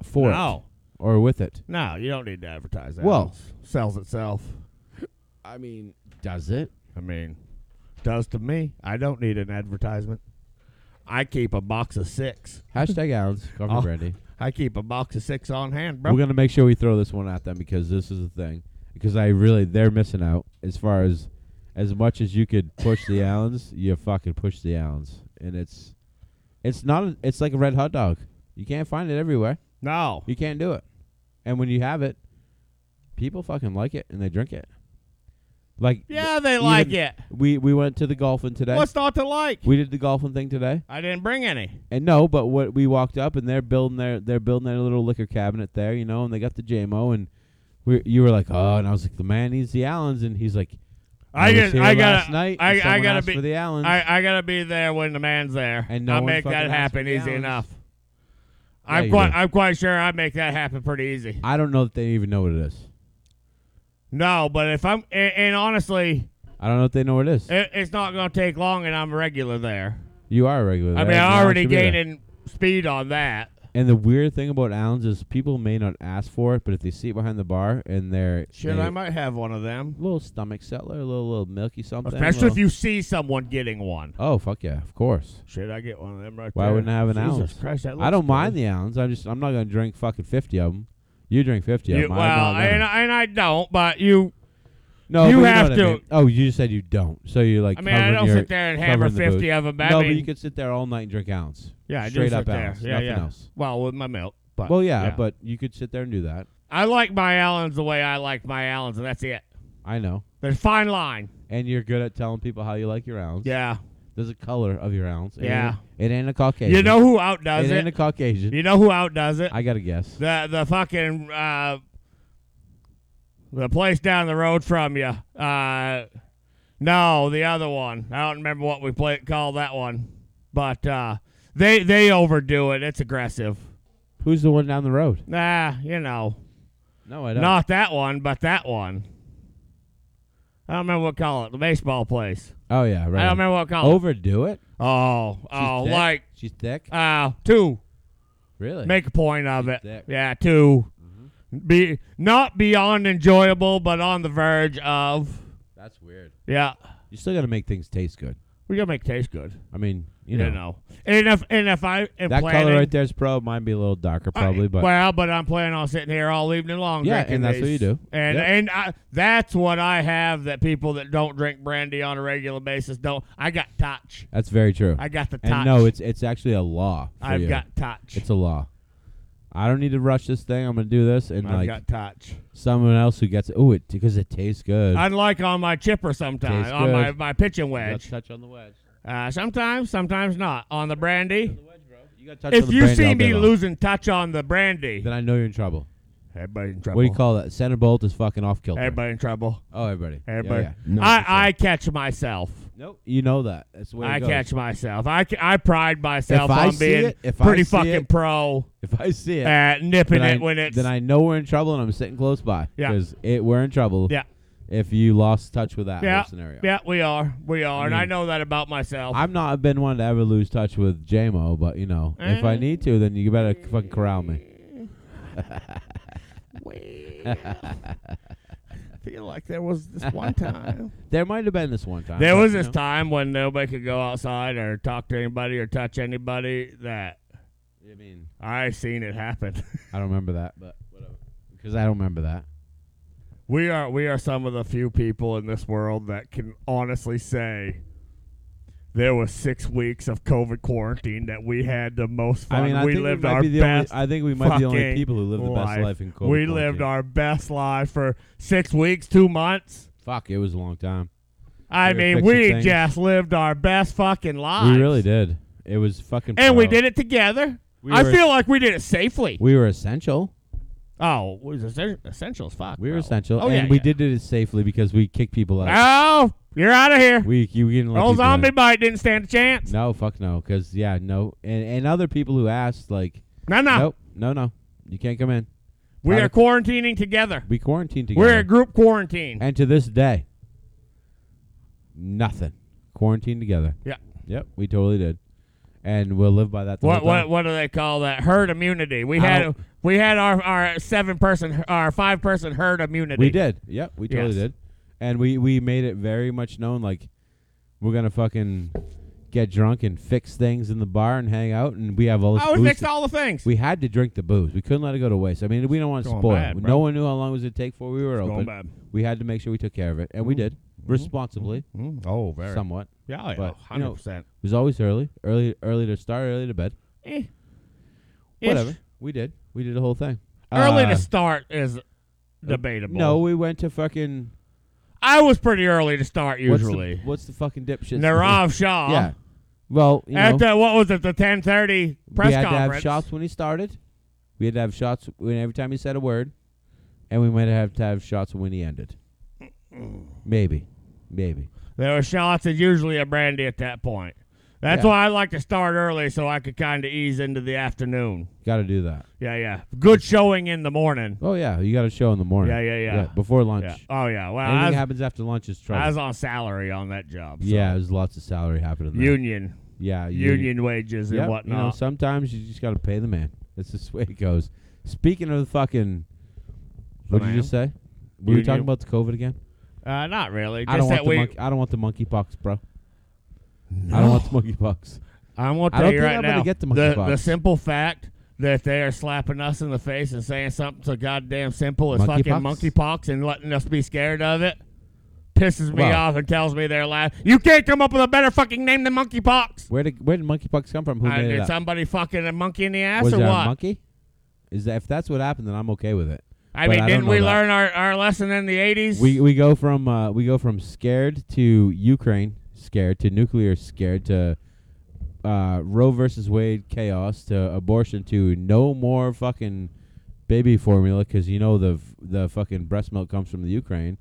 Speaker 2: for
Speaker 1: no,
Speaker 2: it or with it?
Speaker 1: no, you don't need to advertise that.
Speaker 2: Well-
Speaker 1: sells itself.
Speaker 2: I mean, does it?
Speaker 1: I mean, does to me. I don't need an advertisement. I keep a box of six.
Speaker 2: Hashtag Allen's coffee
Speaker 1: Oh.
Speaker 2: brandy.
Speaker 1: I keep a box of six on hand, bro.
Speaker 2: We're gonna make sure we throw this one at them because this is the thing. Because I really they're missing out as far as as much as you could push the Allens, you fucking push the Allens, and it's it's not a, it's like a red hot dog. You can't find it everywhere.
Speaker 1: no.
Speaker 2: You can't do it, and when you have it, people fucking like it and they drink it. Like
Speaker 1: Yeah, they
Speaker 2: even-
Speaker 1: like it.
Speaker 2: we we went to the golfing today.
Speaker 1: What's not to like?
Speaker 2: we did the golfing thing today.
Speaker 1: I didn't bring any.
Speaker 2: And no, but what we walked up and they're building their they're building their little liquor cabinet there, you know, and they got the JMO and we you were like, oh, and I was like, the man needs the Allens, and he's like,
Speaker 1: I
Speaker 2: was
Speaker 1: just-
Speaker 2: here
Speaker 1: I gotta-
Speaker 2: last night.
Speaker 1: I-
Speaker 2: and
Speaker 1: I
Speaker 2: someone
Speaker 1: gotta
Speaker 2: asked
Speaker 1: be-
Speaker 2: for the Allens.
Speaker 1: I, I gotta be there when the man's there.
Speaker 2: And no
Speaker 1: I
Speaker 2: one
Speaker 1: make
Speaker 2: fucking
Speaker 1: that
Speaker 2: asked
Speaker 1: happen
Speaker 2: me
Speaker 1: easy
Speaker 2: out.
Speaker 1: enough.
Speaker 2: Yeah,
Speaker 1: I'm
Speaker 2: you
Speaker 1: quite
Speaker 2: do.
Speaker 1: I'm quite sure I make that happen pretty easy.
Speaker 2: I don't know that they even know what it is.
Speaker 1: No, but if I'm and, and honestly,
Speaker 2: I don't know if they know what it is.
Speaker 1: It, it's not going to take long, and I'm regular there.
Speaker 2: You are a regular.
Speaker 1: I
Speaker 2: there.
Speaker 1: mean,
Speaker 2: No
Speaker 1: I
Speaker 2: one
Speaker 1: already
Speaker 2: should be there.
Speaker 1: gaining speed on that.
Speaker 2: And the weird thing about Allen's is people may not ask for it, but if they see it behind the bar and they're
Speaker 1: Shit,
Speaker 2: they-
Speaker 1: I might have one of them.
Speaker 2: little stomach settler, a little little milky something.
Speaker 1: Especially if
Speaker 2: little-
Speaker 1: you see someone getting one.
Speaker 2: Oh fuck yeah, of course.
Speaker 1: Should I get one of them right
Speaker 2: Why
Speaker 1: there?
Speaker 2: wouldn't I have an
Speaker 1: Jesus
Speaker 2: ounce?
Speaker 1: Christ, that
Speaker 2: I
Speaker 1: looks
Speaker 2: don't mind
Speaker 1: good.
Speaker 2: the Allens. I'm just I'm not gonna drink fucking fifty of them. You drink fifty
Speaker 1: You-
Speaker 2: of them.
Speaker 1: well, and, I- and I don't, but you.
Speaker 2: no,
Speaker 1: you
Speaker 2: but know
Speaker 1: have
Speaker 2: what I mean.
Speaker 1: to-
Speaker 2: Oh, you just said you don't. So you like.
Speaker 1: I mean, I
Speaker 2: covering
Speaker 1: don't
Speaker 2: your-
Speaker 1: sit there and hammer
Speaker 2: covering the booze.
Speaker 1: 50 of them. But
Speaker 2: no,
Speaker 1: I mean,
Speaker 2: but you could sit there all night and drink Allens.
Speaker 1: yeah, I do
Speaker 2: straight
Speaker 1: sit
Speaker 2: up
Speaker 1: there.
Speaker 2: Allens,
Speaker 1: Yeah,
Speaker 2: nothing
Speaker 1: yeah.
Speaker 2: else.
Speaker 1: Well, with my milk. But,
Speaker 2: Well, yeah, but you could sit there and do that.
Speaker 1: I like my Allens the way I like my Allens, and that's it.
Speaker 2: I know.
Speaker 1: There's fine line.
Speaker 2: And you're good at telling people how you like your Allens.
Speaker 1: Yeah.
Speaker 2: There's a color of your ounce. It
Speaker 1: Yeah.
Speaker 2: ain't, it ain't a Caucasian.
Speaker 1: You know who
Speaker 2: it
Speaker 1: outdoes
Speaker 2: ain't
Speaker 1: it?
Speaker 2: a Caucasian.
Speaker 1: You know who outdoes it?
Speaker 2: I gotta guess.
Speaker 1: The the fucking uh, the place down the road from you. Uh, no, the other one. I don't remember what we play called that one, but uh, they they overdo it. It's aggressive.
Speaker 2: Who's the one down the road?
Speaker 1: Nah, you know,
Speaker 2: No, I don't.
Speaker 1: not that one, but that one. I don't remember what call it. The baseball place.
Speaker 2: Oh yeah, right.
Speaker 1: I don't remember what call it.
Speaker 2: Overdo it.
Speaker 1: Oh,
Speaker 2: She's
Speaker 1: oh,
Speaker 2: thick?
Speaker 1: like
Speaker 2: she's thick.
Speaker 1: uh, two.
Speaker 2: really?
Speaker 1: Make a point of it.
Speaker 2: thick.
Speaker 1: Yeah, 2
Speaker 2: Mm-hmm.
Speaker 1: Be not beyond enjoyable, but on the verge of.
Speaker 2: That's weird.
Speaker 1: Yeah,
Speaker 2: You still gotta make things taste good.
Speaker 1: we gotta make it taste good.
Speaker 2: I mean, you
Speaker 1: You
Speaker 2: know,
Speaker 1: know. And if and if I am
Speaker 2: that
Speaker 1: planning,
Speaker 2: color right there is pro. Mine be a little darker
Speaker 1: I-
Speaker 2: probably, but
Speaker 1: well, but I'm planning on sitting here all evening long.
Speaker 2: Yeah,
Speaker 1: drinking
Speaker 2: and that's what
Speaker 1: these.
Speaker 2: you do.
Speaker 1: And
Speaker 2: Yep.
Speaker 1: and I, that's what I have that people that don't drink brandy on a regular basis don't. I got touch.
Speaker 2: that's very true.
Speaker 1: I got the touch.
Speaker 2: and no, it's it's actually a law. for
Speaker 1: I've
Speaker 2: you.
Speaker 1: got touch.
Speaker 2: it's a law. I don't need to rush this thing. I'm gonna do this, and
Speaker 1: I've
Speaker 2: like
Speaker 1: got touch.
Speaker 2: someone else who gets it. Oh, it because it tastes good.
Speaker 1: Unlike on my chipper sometimes
Speaker 2: Tastes
Speaker 1: on my
Speaker 2: good.
Speaker 1: my pitching
Speaker 2: You gotta
Speaker 1: wedge.
Speaker 2: touch on the wedge.
Speaker 1: Uh, sometimes, sometimes not on the brandy.
Speaker 2: The wedge, bro. You gotta touch on
Speaker 1: if
Speaker 2: the
Speaker 1: you
Speaker 2: brandy
Speaker 1: see
Speaker 2: all day
Speaker 1: me
Speaker 2: long.
Speaker 1: losing touch on the brandy,
Speaker 2: then I know you're in trouble.
Speaker 1: everybody in trouble.
Speaker 2: What do you call that? Center bolt is fucking off kilter.
Speaker 1: Everybody in trouble.
Speaker 2: Oh, everybody. Yeah,
Speaker 1: Everybody.
Speaker 2: yeah. No, for sure.
Speaker 1: I, I catch myself.
Speaker 2: Nope. You know that. That's the way
Speaker 1: I
Speaker 2: it goes.
Speaker 1: catch myself. I, ca- I pride myself
Speaker 2: If I
Speaker 1: on
Speaker 2: see
Speaker 1: being
Speaker 2: it- if I
Speaker 1: pretty
Speaker 2: see
Speaker 1: fucking
Speaker 2: it,
Speaker 1: pro
Speaker 2: If I see it,
Speaker 1: at nipping
Speaker 2: then, I,
Speaker 1: it when it's.
Speaker 2: then I know we're in trouble and I'm sitting close by.
Speaker 1: Yeah.
Speaker 2: Because it we're in trouble.
Speaker 1: Yeah.
Speaker 2: If you lost touch with that
Speaker 1: Yeah.
Speaker 2: whole scenario. Mm.
Speaker 1: yeah, we are. We are. and I
Speaker 2: mean-
Speaker 1: know that about myself.
Speaker 2: I've not been one to ever lose touch with JMO, but you know, if I
Speaker 1: Eh.
Speaker 2: need to, then you better fucking corral me.
Speaker 1: Well, I feel like there was this one time.
Speaker 2: There might have been this one time.
Speaker 1: There
Speaker 2: but,
Speaker 1: was
Speaker 2: you
Speaker 1: this
Speaker 2: know,
Speaker 1: time when nobody could go outside or talk to anybody or touch anybody that
Speaker 2: I mean,
Speaker 1: I seen it happen.
Speaker 2: I don't remember that, but whatever. Because I don't remember that.
Speaker 1: We are we are some of the few people in this world that can honestly say there was six weeks of COVID quarantine that we had the most fun.
Speaker 2: I mean, I
Speaker 1: we
Speaker 2: think
Speaker 1: lived
Speaker 2: we might
Speaker 1: our
Speaker 2: be the
Speaker 1: best.
Speaker 2: only. I think we might be the only
Speaker 1: fucking
Speaker 2: people who live the best
Speaker 1: life.
Speaker 2: life in COVID.
Speaker 1: we lived
Speaker 2: quarantine.
Speaker 1: our best life for six weeks, two months.
Speaker 2: Fuck, it was a long time.
Speaker 1: I
Speaker 2: Very
Speaker 1: mean,
Speaker 2: fixed
Speaker 1: we
Speaker 2: things.
Speaker 1: just lived our best fucking lives.
Speaker 2: We really did. It was fucking.
Speaker 1: and we
Speaker 2: pro.
Speaker 1: did it together.
Speaker 2: We
Speaker 1: I
Speaker 2: were-
Speaker 1: feel like we did it safely.
Speaker 2: We were essential.
Speaker 1: oh, it was essen- essential as fuck.
Speaker 2: We were
Speaker 1: bro.
Speaker 2: essential,
Speaker 1: Oh
Speaker 2: and
Speaker 1: yeah,
Speaker 2: we
Speaker 1: yeah.
Speaker 2: did it safely because we kicked people out.
Speaker 1: Oh, you're out of here.
Speaker 2: We you didn't let
Speaker 1: Old
Speaker 2: people in.
Speaker 1: Oh, zombie bite didn't stand a chance.
Speaker 2: No, fuck no, because yeah, no, and and other people who asked like,
Speaker 1: No, no.
Speaker 2: nope, no, no, you can't come in.
Speaker 1: We
Speaker 2: Not
Speaker 1: are
Speaker 2: if-
Speaker 1: quarantining together.
Speaker 2: We quarantined together.
Speaker 1: We're a group quarantine.
Speaker 2: and to this day, nothing. Quarantined together.
Speaker 1: Yeah.
Speaker 2: Yep, we totally did, and we'll live by that. the
Speaker 1: What
Speaker 2: whole
Speaker 1: what
Speaker 2: time.
Speaker 1: what do they call that? Herd immunity. We
Speaker 2: I
Speaker 1: had
Speaker 2: don't-
Speaker 1: we had our, our seven person our five person herd immunity.
Speaker 2: We did. Yep, we
Speaker 1: Yes.
Speaker 2: totally did. And we we made it very much known like we're gonna fucking get drunk and fix things in the bar and hang out and we have all this
Speaker 1: Oh, we
Speaker 2: booze
Speaker 1: fixed
Speaker 2: that-
Speaker 1: all the things.
Speaker 2: we had to drink the booze. We couldn't let it go to waste. I mean, we don't want to
Speaker 1: Going
Speaker 2: spoil.
Speaker 1: bad,
Speaker 2: it.
Speaker 1: bro.
Speaker 2: no one knew how long it was going to take before we were
Speaker 1: Going
Speaker 2: open.
Speaker 1: bad. Mm-hmm.
Speaker 2: We had to make sure we took care of it, and we did responsibly,
Speaker 1: Mm, oh, very.
Speaker 2: somewhat. It
Speaker 1: yeah, yeah,
Speaker 2: but, you know,
Speaker 1: hundred percent.
Speaker 2: was always early, early, early to start, early to bed.
Speaker 1: Eh.
Speaker 2: Whatever.
Speaker 1: Ish.
Speaker 2: We did. We did the whole thing.
Speaker 1: Early
Speaker 2: Uh,
Speaker 1: to start is debatable.
Speaker 2: No, we went to fucking.
Speaker 1: I was pretty early to start
Speaker 2: what's the-
Speaker 1: usually.
Speaker 2: What's the, fucking dipshit?
Speaker 1: Narav Shah.
Speaker 2: Yeah. Well, you know,
Speaker 1: At the, what was it? The ten thirty press
Speaker 2: we had to have
Speaker 1: conference.
Speaker 2: shots when he started. We had to have shots when every time he said a word, and we might have to have shots when he ended. Maybe, maybe.
Speaker 1: There were shots and usually a brandy at that point. That's
Speaker 2: Yeah.
Speaker 1: why I like to start early so I could kind of ease into the afternoon.
Speaker 2: Got to do that.
Speaker 1: Yeah, yeah. Good showing in the morning.
Speaker 2: Oh yeah, you got a show in the morning.
Speaker 1: Yeah, yeah, yeah.
Speaker 2: before lunch.
Speaker 1: Yeah. Oh yeah. Well,
Speaker 2: Anything
Speaker 1: I was,
Speaker 2: happens after lunch is trouble.
Speaker 1: I was on salary on that job. So.
Speaker 2: yeah, there's lots of salary happening. There.
Speaker 1: Union,
Speaker 2: yeah,
Speaker 1: union, wages
Speaker 2: Yep,
Speaker 1: and
Speaker 2: You know,
Speaker 1: whatnot.
Speaker 2: sometimes you just got to pay the man. That's just the way it goes. Speaking of the fucking, what did you just say? We were
Speaker 1: Union-
Speaker 2: talking about the COVID again.
Speaker 1: uh, not really.
Speaker 2: I
Speaker 1: Just
Speaker 2: don't want
Speaker 1: that
Speaker 2: the
Speaker 1: we.
Speaker 2: monkey. I don't want the monkeypox, bro. I don't want the monkeypox.
Speaker 1: I'm gonna
Speaker 2: I
Speaker 1: tell
Speaker 2: don't
Speaker 1: you
Speaker 2: think
Speaker 1: right
Speaker 2: I'm
Speaker 1: now.
Speaker 2: gonna get the monkey
Speaker 1: the,
Speaker 2: box.
Speaker 1: the simple fact that they are slapping us in the face and saying something so goddamn simple as
Speaker 2: Monkey
Speaker 1: fucking
Speaker 2: pox?
Speaker 1: monkeypox and letting us be scared of it pisses me
Speaker 2: Well-
Speaker 1: off and tells me they're laughing. You can't come up with a better fucking name than monkeypox.
Speaker 2: Where did where did monkeypox come from? Who
Speaker 1: Uh,
Speaker 2: made
Speaker 1: did
Speaker 2: it up?
Speaker 1: somebody fucking a monkey in the ass
Speaker 2: Was
Speaker 1: or
Speaker 2: there
Speaker 1: what?
Speaker 2: a monkey? Is that if that's what happened, then I'm okay with it.
Speaker 1: I
Speaker 2: But
Speaker 1: mean,
Speaker 2: I don't
Speaker 1: didn't we
Speaker 2: know that.
Speaker 1: learn our, our lesson in the 80s?
Speaker 2: We we go from uh, we go from scared to Ukraine scared to nuclear scared to uh, Roe versus Wade chaos to abortion to no more fucking baby formula because you know the f- the fucking breast milk comes from the Ukraine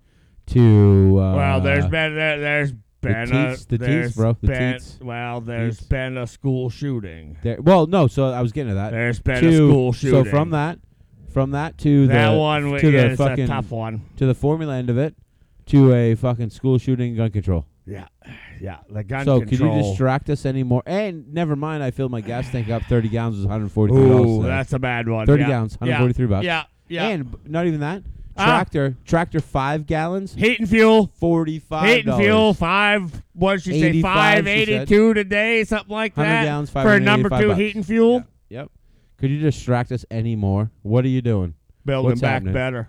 Speaker 2: to uh,
Speaker 1: well, there's been there, there's been
Speaker 2: teats-
Speaker 1: a
Speaker 2: the teats,
Speaker 1: there's
Speaker 2: bro, the
Speaker 1: been-
Speaker 2: teats.
Speaker 1: Well, there's
Speaker 2: Teats.
Speaker 1: been a school shooting.
Speaker 2: there, well no so I was getting to that
Speaker 1: There's been
Speaker 2: to
Speaker 1: a school shooting.
Speaker 2: so from that from that to
Speaker 1: that
Speaker 2: the
Speaker 1: one
Speaker 2: to
Speaker 1: yeah,
Speaker 2: the
Speaker 1: it's
Speaker 2: fucking
Speaker 1: a tough one.
Speaker 2: to the formula end of it to a fucking school shooting gun control.
Speaker 1: Yeah, yeah. The gun
Speaker 2: so
Speaker 1: control.
Speaker 2: could you distract us anymore? And never mind, I filled my gas tank up. Thirty gallons was one hundred forty-three dollars.
Speaker 1: Ooh, that's a bad one.
Speaker 2: thirty
Speaker 1: yeah.
Speaker 2: gallons, one hundred
Speaker 1: yeah.
Speaker 2: forty-three bucks.
Speaker 1: Yeah, yeah.
Speaker 2: And b- not even that.
Speaker 1: Ah.
Speaker 2: Tractor, tractor, five gallons,
Speaker 1: heat and fuel.
Speaker 2: forty-five.
Speaker 1: Heat and fuel five. What did she say?
Speaker 2: 85,
Speaker 1: Five
Speaker 2: she said.
Speaker 1: eighty-two today, something like
Speaker 2: Hundred
Speaker 1: that.
Speaker 2: gallons, five
Speaker 1: for a number two heat and fuel,
Speaker 2: Yep. yep. Could you distract us anymore? What are you doing?
Speaker 1: building
Speaker 2: What's
Speaker 1: back
Speaker 2: happening?
Speaker 1: better.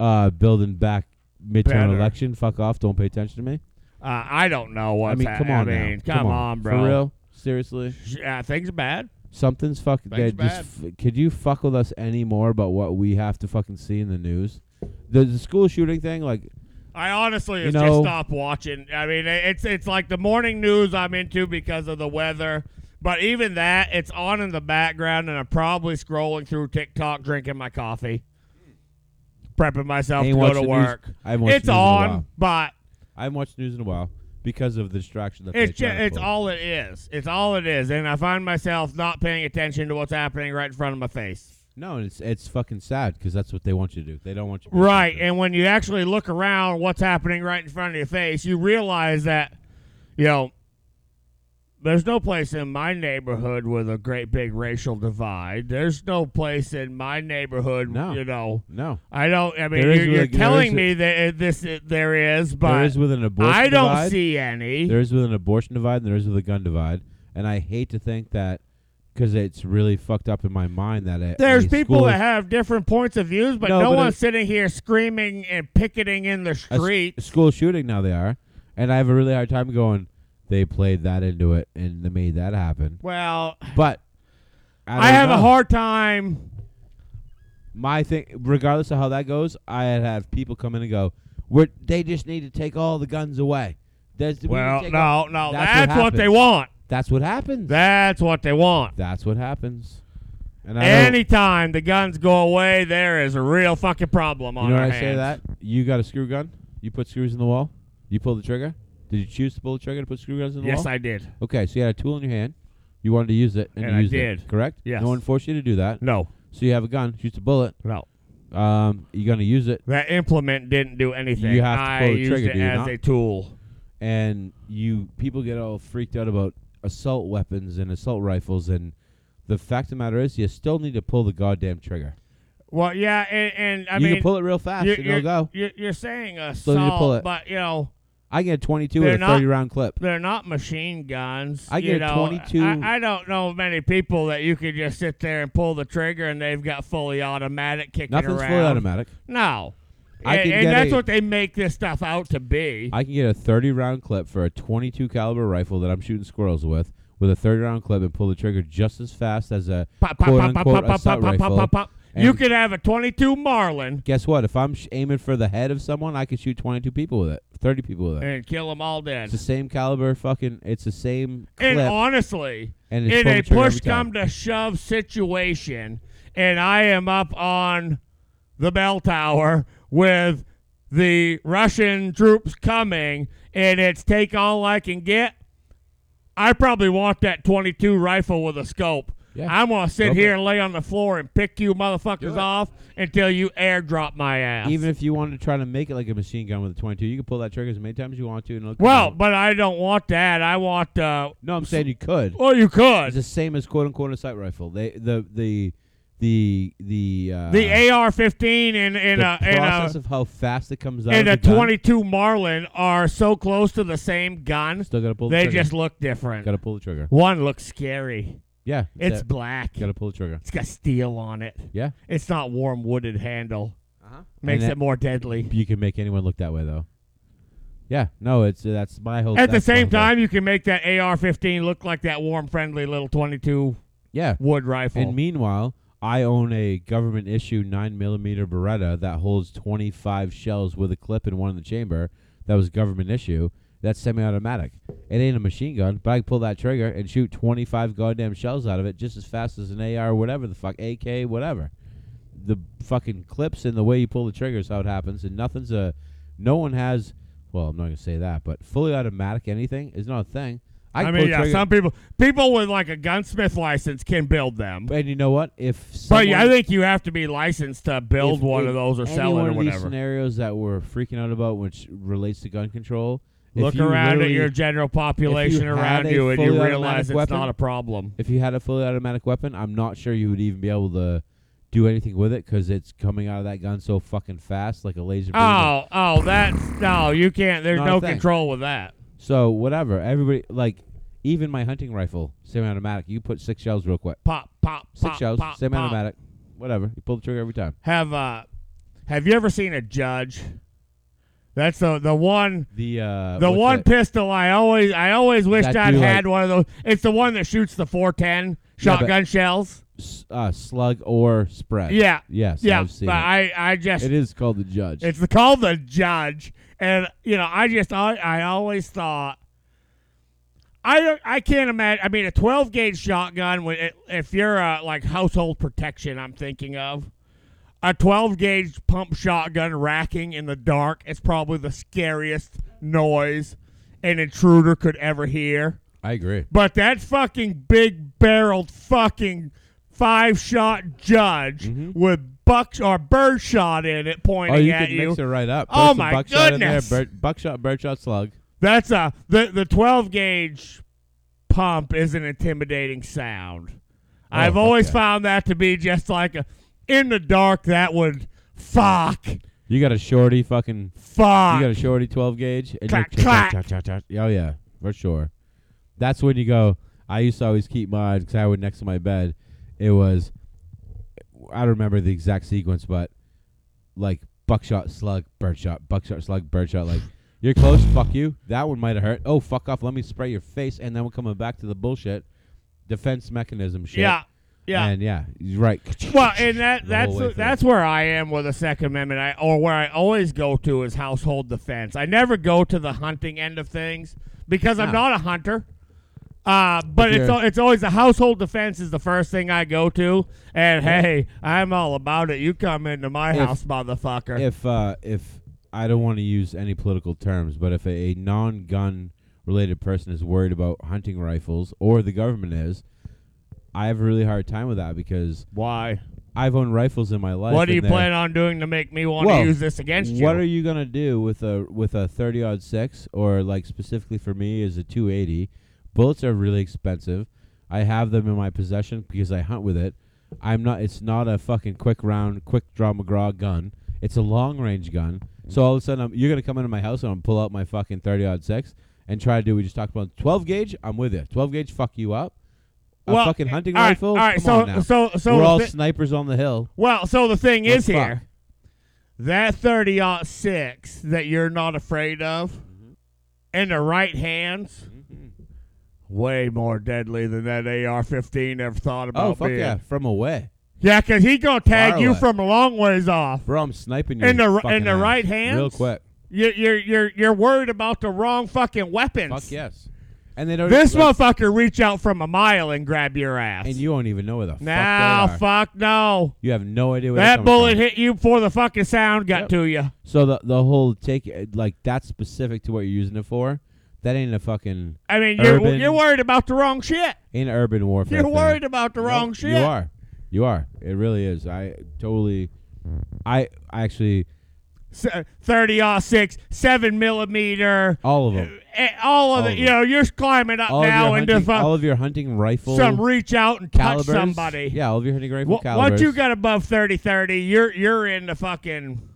Speaker 2: Uh, building back midterm
Speaker 1: Better.
Speaker 2: election. Fuck off! Don't pay attention to me.
Speaker 1: Uh, I don't know what's
Speaker 2: I mean,
Speaker 1: hap-
Speaker 2: come on
Speaker 1: I mean,
Speaker 2: now.
Speaker 1: come on, bro.
Speaker 2: For real, seriously.
Speaker 1: Yeah, things are bad.
Speaker 2: Something's fucking.
Speaker 1: Things
Speaker 2: just f- could you fuck with us any more about what we have to fucking see in the news? The, the school shooting thing, like,
Speaker 1: I honestly
Speaker 2: You
Speaker 1: have just
Speaker 2: know-
Speaker 1: stopped watching. I mean, it- it's it's like the morning news I'm into because of the weather. But even that, it's on in the background, and I'm probably scrolling through TikTok, drinking my coffee, prepping myself
Speaker 2: Ain't
Speaker 1: to go to
Speaker 2: watched the news-
Speaker 1: work.
Speaker 2: I haven't watched
Speaker 1: It's
Speaker 2: the news in a
Speaker 1: on,
Speaker 2: while.
Speaker 1: but
Speaker 2: I haven't watched news in a while because of the distraction that
Speaker 1: it's
Speaker 2: they try
Speaker 1: just,
Speaker 2: to
Speaker 1: it's
Speaker 2: pull.
Speaker 1: all it is. It's all it is, and I find myself not paying attention to what's happening right in front of my face.
Speaker 2: No, and it's it's fucking sad because that's what they want you to do. They don't want you to pay
Speaker 1: Right.
Speaker 2: attention.
Speaker 1: And when you actually look around what's happening right in front of your face, you realize that, you know, there's no place in my neighborhood with a great big racial divide. There's no place in my neighborhood,
Speaker 2: No.
Speaker 1: you know.
Speaker 2: No,
Speaker 1: I don't, I mean,
Speaker 2: There is
Speaker 1: you're, you're
Speaker 2: like- there
Speaker 1: telling
Speaker 2: is-
Speaker 1: me that uh, this uh, there is,
Speaker 2: there
Speaker 1: but
Speaker 2: is with an abortion.
Speaker 1: I don't
Speaker 2: divide,
Speaker 1: see any.
Speaker 2: There is with an abortion divide. and There is with a gun divide, and I hate to think that because it's really fucked up in my mind that a,
Speaker 1: There's
Speaker 2: a
Speaker 1: people
Speaker 2: school,
Speaker 1: that have different points of views, but no,
Speaker 2: No, but
Speaker 1: one's
Speaker 2: it-
Speaker 1: sitting here screaming and picketing in the
Speaker 2: a s-
Speaker 1: street.
Speaker 2: school shooting now they are and i have a really hard time going they played that into it and they made that happen
Speaker 1: Well,
Speaker 2: but i,
Speaker 1: I,
Speaker 2: don't
Speaker 1: have a
Speaker 2: know.
Speaker 1: hard time
Speaker 2: my thing regardless of how that goes i have people come in and go We're, they just need to take all the guns away There's, we need to
Speaker 1: Well,
Speaker 2: take
Speaker 1: no,
Speaker 2: all-"
Speaker 1: no,
Speaker 2: That's what
Speaker 1: that's, what, they
Speaker 2: happens.
Speaker 1: want.
Speaker 2: that's what happens
Speaker 1: That's what they want.
Speaker 2: that's what happens and i don't-
Speaker 1: Anytime the guns go away, there is a real fucking problem on
Speaker 2: you know
Speaker 1: our
Speaker 2: when i
Speaker 1: hands.
Speaker 2: say that you got a screw gun you put screws in the wall you pull the trigger did you choose to pull the trigger to put screw guns in the wall
Speaker 1: Yes, I did.
Speaker 2: Okay, so you had a tool in your hand. You wanted to use it, and,
Speaker 1: And
Speaker 2: you
Speaker 1: I
Speaker 2: used
Speaker 1: did.
Speaker 2: it. Correct?
Speaker 1: Yes. Mm-hmm.
Speaker 2: No one forced you to do that.
Speaker 1: No,
Speaker 2: So you have a gun, shoots a bullet.
Speaker 1: no.
Speaker 2: Um, you're gonna use it,
Speaker 1: That implement didn't do anything.
Speaker 2: You have to
Speaker 1: I
Speaker 2: pull the
Speaker 1: used
Speaker 2: trigger,
Speaker 1: it
Speaker 2: do you
Speaker 1: as
Speaker 2: not?
Speaker 1: a tool.
Speaker 2: and you people get all freaked out about assault weapons and assault rifles, and the fact of the matter is, you still need to pull the goddamn trigger.
Speaker 1: Well, yeah, and, and I
Speaker 2: you
Speaker 1: mean,
Speaker 2: can pull it real fast,
Speaker 1: you're,
Speaker 2: and it'll
Speaker 1: you're,
Speaker 2: go.
Speaker 1: You're, you're saying
Speaker 2: Still need to pull
Speaker 1: assault,
Speaker 2: it.
Speaker 1: but you know
Speaker 2: I get a 22
Speaker 1: They're
Speaker 2: with a
Speaker 1: not-
Speaker 2: 30 round clip.
Speaker 1: they're not machine guns.
Speaker 2: I
Speaker 1: you
Speaker 2: get a
Speaker 1: know.
Speaker 2: 22
Speaker 1: I, I don't know many people that you could just sit there and pull the trigger and they've got fully automatic kicking
Speaker 2: Nothing's
Speaker 1: around.
Speaker 2: fully automatic.
Speaker 1: No.
Speaker 2: I
Speaker 1: and
Speaker 2: can
Speaker 1: and
Speaker 2: get
Speaker 1: that's
Speaker 2: a-
Speaker 1: what they make this stuff out to be.
Speaker 2: I can get a 30 round clip for a 22 caliber rifle that I'm shooting squirrels with, with a 30 round clip, and pull the trigger just as fast as a
Speaker 1: Pop, pop,
Speaker 2: quote
Speaker 1: pop, pop,
Speaker 2: unquote
Speaker 1: pop, pop,
Speaker 2: assault
Speaker 1: pop, pop,
Speaker 2: rifle.
Speaker 1: pop, pop. You
Speaker 2: and-
Speaker 1: could have a 22 Marlin
Speaker 2: guess what? If I'm sh- aiming for the head of someone, I can shoot 22 people with it, 30 people with it.
Speaker 1: and kill them all
Speaker 2: It's
Speaker 1: dead.
Speaker 2: the same caliber, fucking. It's the same clip,
Speaker 1: And honestly,
Speaker 2: and it's
Speaker 1: in
Speaker 2: full
Speaker 1: a
Speaker 2: of trigger every
Speaker 1: push
Speaker 2: time.
Speaker 1: come to shove situation, and I am up on the bell tower with the Russian troops coming, and it's take all I can get. I probably want that 22 rifle with a scope.
Speaker 2: Yeah.
Speaker 1: I'm going to sit
Speaker 2: Go for
Speaker 1: here
Speaker 2: it.
Speaker 1: and lay on the floor and pick you motherfuckers
Speaker 2: it.
Speaker 1: off until you airdrop my ass.
Speaker 2: Even if you wanted to try to make it like a machine gun with a 22, you can pull that trigger as many times as you want to. And it'll come
Speaker 1: well,
Speaker 2: out.
Speaker 1: but I don't want that. I want. Uh,
Speaker 2: no, I'm saying you could.
Speaker 1: well, you
Speaker 2: It's
Speaker 1: could.
Speaker 2: the same as quote unquote a sight rifle. They the the the the uh,
Speaker 1: The AR-15 and and
Speaker 2: the
Speaker 1: a and
Speaker 2: process
Speaker 1: a
Speaker 2: of how fast it comes out.
Speaker 1: and a
Speaker 2: of the gun,
Speaker 1: 22 Marlin are so close to the same gun.
Speaker 2: Still gotta pull.
Speaker 1: They
Speaker 2: the trigger.
Speaker 1: just look different.
Speaker 2: gotta pull the trigger.
Speaker 1: One looks scary.
Speaker 2: Yeah,
Speaker 1: It's
Speaker 2: that.
Speaker 1: black.
Speaker 2: gotta pull the trigger.
Speaker 1: It's got steel on it.
Speaker 2: Yeah,
Speaker 1: It's not warm wooded handle.
Speaker 2: uh-huh.
Speaker 1: Makes
Speaker 2: that-
Speaker 1: it more deadly.
Speaker 2: you can make anyone look that way though. Yeah, no, it's that's my whole.
Speaker 1: At the
Speaker 2: that's my
Speaker 1: same
Speaker 2: whole-
Speaker 1: time, you can make that AR-15 look like that warm, friendly little 22
Speaker 2: yeah.
Speaker 1: wood rifle.
Speaker 2: And meanwhile, I own a government issue nine millimeter Beretta that holds twenty five shells with a clip in one in the chamber. That was government issue. That's semi automatic. It ain't a machine gun, but I can pull that trigger and shoot twenty five goddamn shells out of it just as fast as an AR, whatever the fuck, AK, whatever. The fucking clips and the way you pull the trigger is how it happens, and nothing's a. No one has. Well, I'm not gonna say that, but fully automatic anything is not a thing.
Speaker 1: I,
Speaker 2: can pull
Speaker 1: mean,
Speaker 2: a
Speaker 1: yeah,
Speaker 2: trigger,
Speaker 1: some people people with like a gunsmith license can build them.
Speaker 2: and you know what? If
Speaker 1: But yeah, I
Speaker 2: someone-
Speaker 1: think you have to be licensed to build
Speaker 2: if-
Speaker 1: one
Speaker 2: if
Speaker 1: of those or
Speaker 2: any
Speaker 1: sell
Speaker 2: one
Speaker 1: it or
Speaker 2: of These
Speaker 1: whatever.
Speaker 2: scenarios that we're freaking out about, which relates to gun control. if
Speaker 1: Look
Speaker 2: you
Speaker 1: around at
Speaker 2: literally-
Speaker 1: your general population
Speaker 2: had
Speaker 1: around
Speaker 2: a
Speaker 1: you and
Speaker 2: fully
Speaker 1: you
Speaker 2: automatic
Speaker 1: realize it's
Speaker 2: weapon-
Speaker 1: not a problem.
Speaker 2: If you had a fully automatic weapon, I'm not sure you would even be able to do anything with it because it's coming out of that gun so fucking fast, like a laser. beam.
Speaker 1: Oh, oh, that's no, you can't. There's
Speaker 2: Not a
Speaker 1: no
Speaker 2: thing.
Speaker 1: control with that.
Speaker 2: So whatever, everybody like, even my hunting rifle, semi-automatic. You put six shells real quick.
Speaker 1: Pop, pop,
Speaker 2: Six
Speaker 1: pop,
Speaker 2: shells,
Speaker 1: pop, pop.
Speaker 2: semi-automatic. Whatever, you pull the trigger every time.
Speaker 1: Have uh, have you ever seen a judge? That's the the one
Speaker 2: The uh,
Speaker 1: the
Speaker 2: what's
Speaker 1: one
Speaker 2: it?
Speaker 1: pistol I always I always wished
Speaker 2: that
Speaker 1: I'd
Speaker 2: do, like-
Speaker 1: had one of those. It's the one that shoots the 410
Speaker 2: Yeah, but-
Speaker 1: shotgun shells.
Speaker 2: S- uh, slug or spread.
Speaker 1: Yeah,
Speaker 2: Yes.
Speaker 1: yeah.
Speaker 2: I've seen
Speaker 1: but I
Speaker 2: it.
Speaker 1: I just
Speaker 2: it is called the judge.
Speaker 1: It's called the judge, and you know, I just I, I always thought I don't I can't imagine. I mean, a twelve gauge shotgun. When it, if you're uh, like household protection, I'm thinking of a twelve gauge pump shotgun racking in the dark. It's probably the scariest noise an intruder could ever hear.
Speaker 2: I agree.
Speaker 1: But that fucking big barreled fucking five shot judge with bucks or bird shot in it
Speaker 2: Mm-hmm. Oh,
Speaker 1: pointing
Speaker 2: you
Speaker 1: at
Speaker 2: could
Speaker 1: you.
Speaker 2: mix it right up.
Speaker 1: Oh
Speaker 2: Put some
Speaker 1: my
Speaker 2: buckshot
Speaker 1: goodness.
Speaker 2: In there, bird, buckshot, birdshot, slug.
Speaker 1: That's a the the twelve gauge pump is an intimidating sound. I've
Speaker 2: fuck
Speaker 1: always
Speaker 2: yeah.
Speaker 1: found that to be just like a in the dark that would fuck
Speaker 2: You got a shorty, fucking. You got a
Speaker 1: fuck
Speaker 2: shorty, twelve gauge. And
Speaker 1: Clack,
Speaker 2: you're-
Speaker 1: clack.
Speaker 2: Oh yeah, for sure. That's when you go. I used to always keep mine because I would next to my bed. It was. I don't remember the exact sequence, but like buckshot, slug, birdshot, buckshot, slug, birdshot. Like you're close, fuck you. That one might have hurt. Oh fuck off. Let me spray your face, and then we're coming back to the bullshit defense mechanism shit.
Speaker 1: yeah yeah.
Speaker 2: And yeah, you're right.
Speaker 1: well, and that
Speaker 2: The whole
Speaker 1: that's
Speaker 2: way through.
Speaker 1: that's where I am with the Second Amendment, I, or where I always go to is household defense. I never go to the hunting end of things because I'm
Speaker 2: No.
Speaker 1: not a hunter. Uh, but
Speaker 2: If
Speaker 1: it's
Speaker 2: you're-
Speaker 1: al- it's always the household defense is the first thing I go to, and hey, I'm all about it. You come into my
Speaker 2: If-
Speaker 1: house, motherfucker.
Speaker 2: if uh, if I don't want to use any political terms, but if a, a non-gun related person is worried about hunting rifles or the government is, I have a really hard time with that because
Speaker 1: Why?
Speaker 2: I've owned rifles in my life.
Speaker 1: What do
Speaker 2: and
Speaker 1: you
Speaker 2: they're-
Speaker 1: plan on doing to make me want
Speaker 2: Well,
Speaker 1: to use this against you?
Speaker 2: What are you gonna do with a with a thirty odd six or like specifically for me is a two eighty? Bullets are really expensive. I have them in my possession because I hunt with it. I'm not. It's not a fucking quick round, quick draw McGraw gun. It's a long range gun. So all of a sudden, I'm, you're gonna come into my house and I'm pull out my fucking thirty odd six and try to do what we just talked about. Twelve gauge, I'm with you. Twelve gauge, fuck you up. A
Speaker 1: Well,
Speaker 2: fucking hunting
Speaker 1: all right,
Speaker 2: rifle.
Speaker 1: All right,
Speaker 2: Come
Speaker 1: so
Speaker 2: on now.
Speaker 1: so so
Speaker 2: we're
Speaker 1: the
Speaker 2: all
Speaker 1: thi-
Speaker 2: snipers on the hill.
Speaker 1: Well, so the thing
Speaker 2: Let's
Speaker 1: is here,
Speaker 2: fuck.
Speaker 1: that thirty six that you're not afraid of,
Speaker 2: Mm-hmm.
Speaker 1: in the right hands, way more deadly than that AR fifteen ever thought about
Speaker 2: Oh fuck
Speaker 1: being.
Speaker 2: yeah, from away.
Speaker 1: yeah, because he gonna tag
Speaker 2: Far
Speaker 1: you
Speaker 2: away.
Speaker 1: from a long ways off.
Speaker 2: Bro, I'm sniping you
Speaker 1: In the ri-
Speaker 2: fucking
Speaker 1: in the
Speaker 2: ass.
Speaker 1: right hands?
Speaker 2: real quick.
Speaker 1: You're you're you're, you're worried about the wrong fucking weapons.
Speaker 2: Fuck yes. And they don't.
Speaker 1: This
Speaker 2: like,
Speaker 1: motherfucker reach out from a mile and grab your ass.
Speaker 2: And you won't even know where the
Speaker 1: now,
Speaker 2: fuck they are.
Speaker 1: fuck no.
Speaker 2: you have no idea where they're
Speaker 1: That
Speaker 2: coming
Speaker 1: bullet
Speaker 2: from.
Speaker 1: hit you before the fucking sound got
Speaker 2: Yep.
Speaker 1: to you.
Speaker 2: So the the whole take like that's specific to what you're using it for. That ain't a fucking
Speaker 1: I mean, you're
Speaker 2: Urban.
Speaker 1: you're worried about the wrong shit.
Speaker 2: ain't a urban warfare.
Speaker 1: You're
Speaker 2: thing.
Speaker 1: worried about the
Speaker 2: Nope,
Speaker 1: wrong shit.
Speaker 2: You are. You are. It really is. I totally. I I actually
Speaker 1: S- uh, Thirty off six, seven millimeter,
Speaker 2: all of them.
Speaker 1: eh, all of
Speaker 2: All
Speaker 1: it.
Speaker 2: of
Speaker 1: You know, you're climbing up
Speaker 2: All
Speaker 1: now
Speaker 2: of your
Speaker 1: into
Speaker 2: hunting,
Speaker 1: fu-
Speaker 2: all of your hunting rifle
Speaker 1: some reach out and touch
Speaker 2: calibers.
Speaker 1: somebody.
Speaker 2: Yeah, all of your hunting rifle
Speaker 1: Wha-
Speaker 2: calibers.
Speaker 1: Once you got above 30 30, you're you're in the fucking.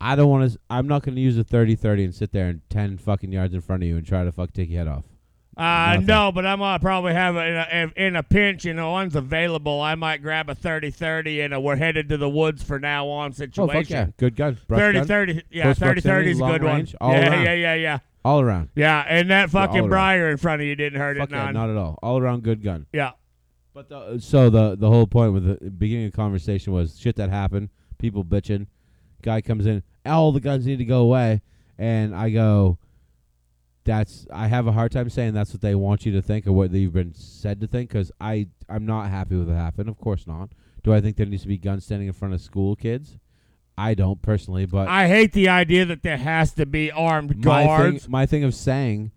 Speaker 2: I don't want to. I'm not going to use a 30-30 and sit there and ten fucking yards in front of you and try to fuck take your head off.
Speaker 1: Uh,
Speaker 2: Nothing.
Speaker 1: no, but I'm gonna probably have a, in a in a pinch and the one's available. I might grab a 30 30 and a we're headed to the woods for now on
Speaker 2: Oh fuck yeah,
Speaker 1: situation.
Speaker 2: good gun. Brush
Speaker 1: 30
Speaker 2: gun.
Speaker 1: 30, yeah,
Speaker 2: Close
Speaker 1: 30 30 is a
Speaker 2: proximity,
Speaker 1: good
Speaker 2: long
Speaker 1: one.
Speaker 2: range, all
Speaker 1: yeah,
Speaker 2: around.
Speaker 1: yeah, yeah, yeah,
Speaker 2: all around.
Speaker 1: yeah. And that
Speaker 2: all
Speaker 1: fucking
Speaker 2: around.
Speaker 1: briar in front of you didn't hurt
Speaker 2: Fuck
Speaker 1: it
Speaker 2: yeah,
Speaker 1: none.
Speaker 2: not at all. All around good gun.
Speaker 1: yeah,
Speaker 2: But the, uh, so the the whole point with the beginning of the conversation was shit that happened, people bitching. Guy comes in, all the guns need to go away, and I go, that's I have a hard time saying that's what they want you to think or what you've been said to think because I I'm not happy with what happened. Of course not. Do I think there needs to be guns standing in front of school kids? I don't personally, but
Speaker 1: I hate the idea that there has to be armed
Speaker 2: my
Speaker 1: guards.
Speaker 2: thing, my thing of saying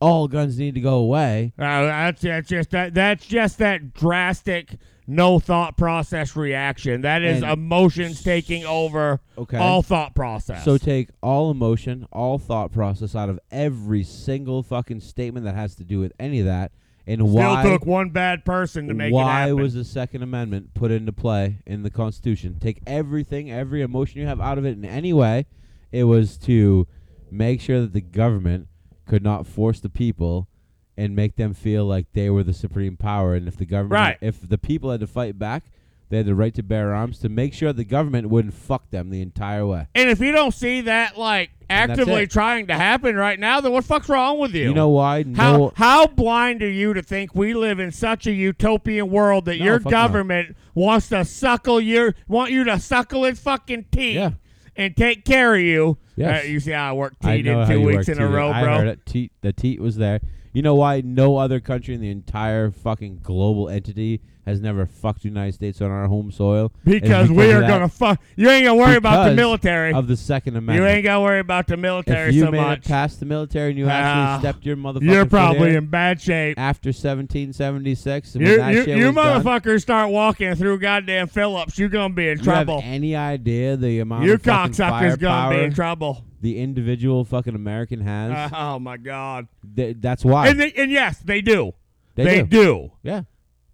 Speaker 2: all guns need to go away.
Speaker 1: Uh, that's, that's just that. That's just that drastic, no thought process reaction. That is
Speaker 2: And-
Speaker 1: emotions taking over
Speaker 2: Okay.
Speaker 1: all thought process.
Speaker 2: So take all emotion, all thought process out of every single fucking statement that has to do with any of that, and
Speaker 1: still
Speaker 2: why
Speaker 1: took one bad person to make it
Speaker 2: why
Speaker 1: happen.
Speaker 2: was the Second Amendment put into play in the Constitution? Take everything, every emotion you have out of it in any way. It was to make sure that the government could not force the people and make them feel like they were the supreme power. And if the government,
Speaker 1: Right.
Speaker 2: if the people had to fight back, they had the right to bear arms to make sure the government wouldn't fuck them the entire way.
Speaker 1: and if you don't see that like
Speaker 2: And that's
Speaker 1: actively
Speaker 2: it.
Speaker 1: trying to happen right now, then what the fuck's wrong with you?
Speaker 2: You know why?
Speaker 1: how
Speaker 2: no,
Speaker 1: how blind are you to think we live in such a utopian world that
Speaker 2: No,
Speaker 1: your
Speaker 2: fuck no.
Speaker 1: government wants to suckle your want you to suckle its fucking teeth
Speaker 2: Yeah.
Speaker 1: and take care of you?
Speaker 2: Yes.
Speaker 1: Uh, you see how I worked
Speaker 2: I
Speaker 1: teed
Speaker 2: know
Speaker 1: in
Speaker 2: how
Speaker 1: two
Speaker 2: you
Speaker 1: weeks
Speaker 2: work,
Speaker 1: in a
Speaker 2: Teet.
Speaker 1: row,
Speaker 2: I
Speaker 1: bro.
Speaker 2: heard it. Teet, the teat was there. You know why no other country in the entire fucking global entity has never fucked the United States on our home soil? It's
Speaker 1: Because we
Speaker 2: of
Speaker 1: are
Speaker 2: that-
Speaker 1: gonna fuck. You ain't gonna worry about the
Speaker 2: because
Speaker 1: military.
Speaker 2: of the Second Amendment.
Speaker 1: You ain't gotta worry about the military
Speaker 2: if you
Speaker 1: so
Speaker 2: made
Speaker 1: much.
Speaker 2: it past the military and you
Speaker 1: Ah,
Speaker 2: actually stepped your motherfucking
Speaker 1: You're
Speaker 2: foot
Speaker 1: probably
Speaker 2: in
Speaker 1: in bad shape.
Speaker 2: after 1776. and when
Speaker 1: You,
Speaker 2: that
Speaker 1: you,
Speaker 2: shit
Speaker 1: you
Speaker 2: was done,
Speaker 1: motherfuckers start walking through goddamn Phillips, you're gonna be in
Speaker 2: you
Speaker 1: trouble.
Speaker 2: have any idea the amount
Speaker 1: Your
Speaker 2: of fucking
Speaker 1: cocksucker's gonna be
Speaker 2: firepower
Speaker 1: in trouble.
Speaker 2: the individual fucking American has?
Speaker 1: Uh, oh my god!
Speaker 2: Th- that's why
Speaker 1: And they, and yes, they do.
Speaker 2: They do. Yeah.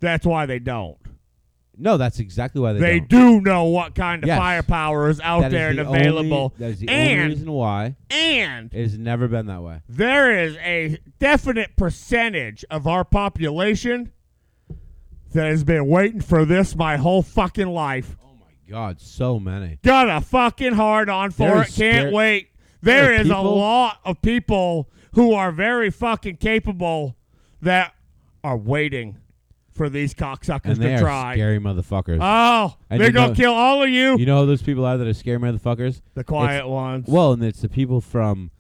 Speaker 1: That's why they don't.
Speaker 2: No, that's exactly why
Speaker 1: They,
Speaker 2: they, don't.
Speaker 1: do know what kind of
Speaker 2: Yes.
Speaker 1: firepower is out
Speaker 2: That is
Speaker 1: there and
Speaker 2: the
Speaker 1: available.
Speaker 2: Only, that is the
Speaker 1: And-
Speaker 2: only reason why
Speaker 1: and
Speaker 2: it has never been that way.
Speaker 1: there is a definite percentage of our population that has been waiting for this my whole fucking life.
Speaker 2: Oh my God, so many.
Speaker 1: Got a fucking hard on for
Speaker 2: There
Speaker 1: it.
Speaker 2: is
Speaker 1: Can't
Speaker 2: scare-
Speaker 1: wait.
Speaker 2: there
Speaker 1: There
Speaker 2: are
Speaker 1: is a
Speaker 2: people-
Speaker 1: lot of people who are very fucking capable that are waiting for these cocksuckers
Speaker 2: And they
Speaker 1: to
Speaker 2: are
Speaker 1: try.
Speaker 2: scary motherfuckers.
Speaker 1: Oh,
Speaker 2: And
Speaker 1: they're
Speaker 2: you
Speaker 1: gonna
Speaker 2: know-
Speaker 1: kill all of you.
Speaker 2: you know who those people are that are scary motherfuckers?
Speaker 1: the quiet ones.
Speaker 2: Well, and it's the people from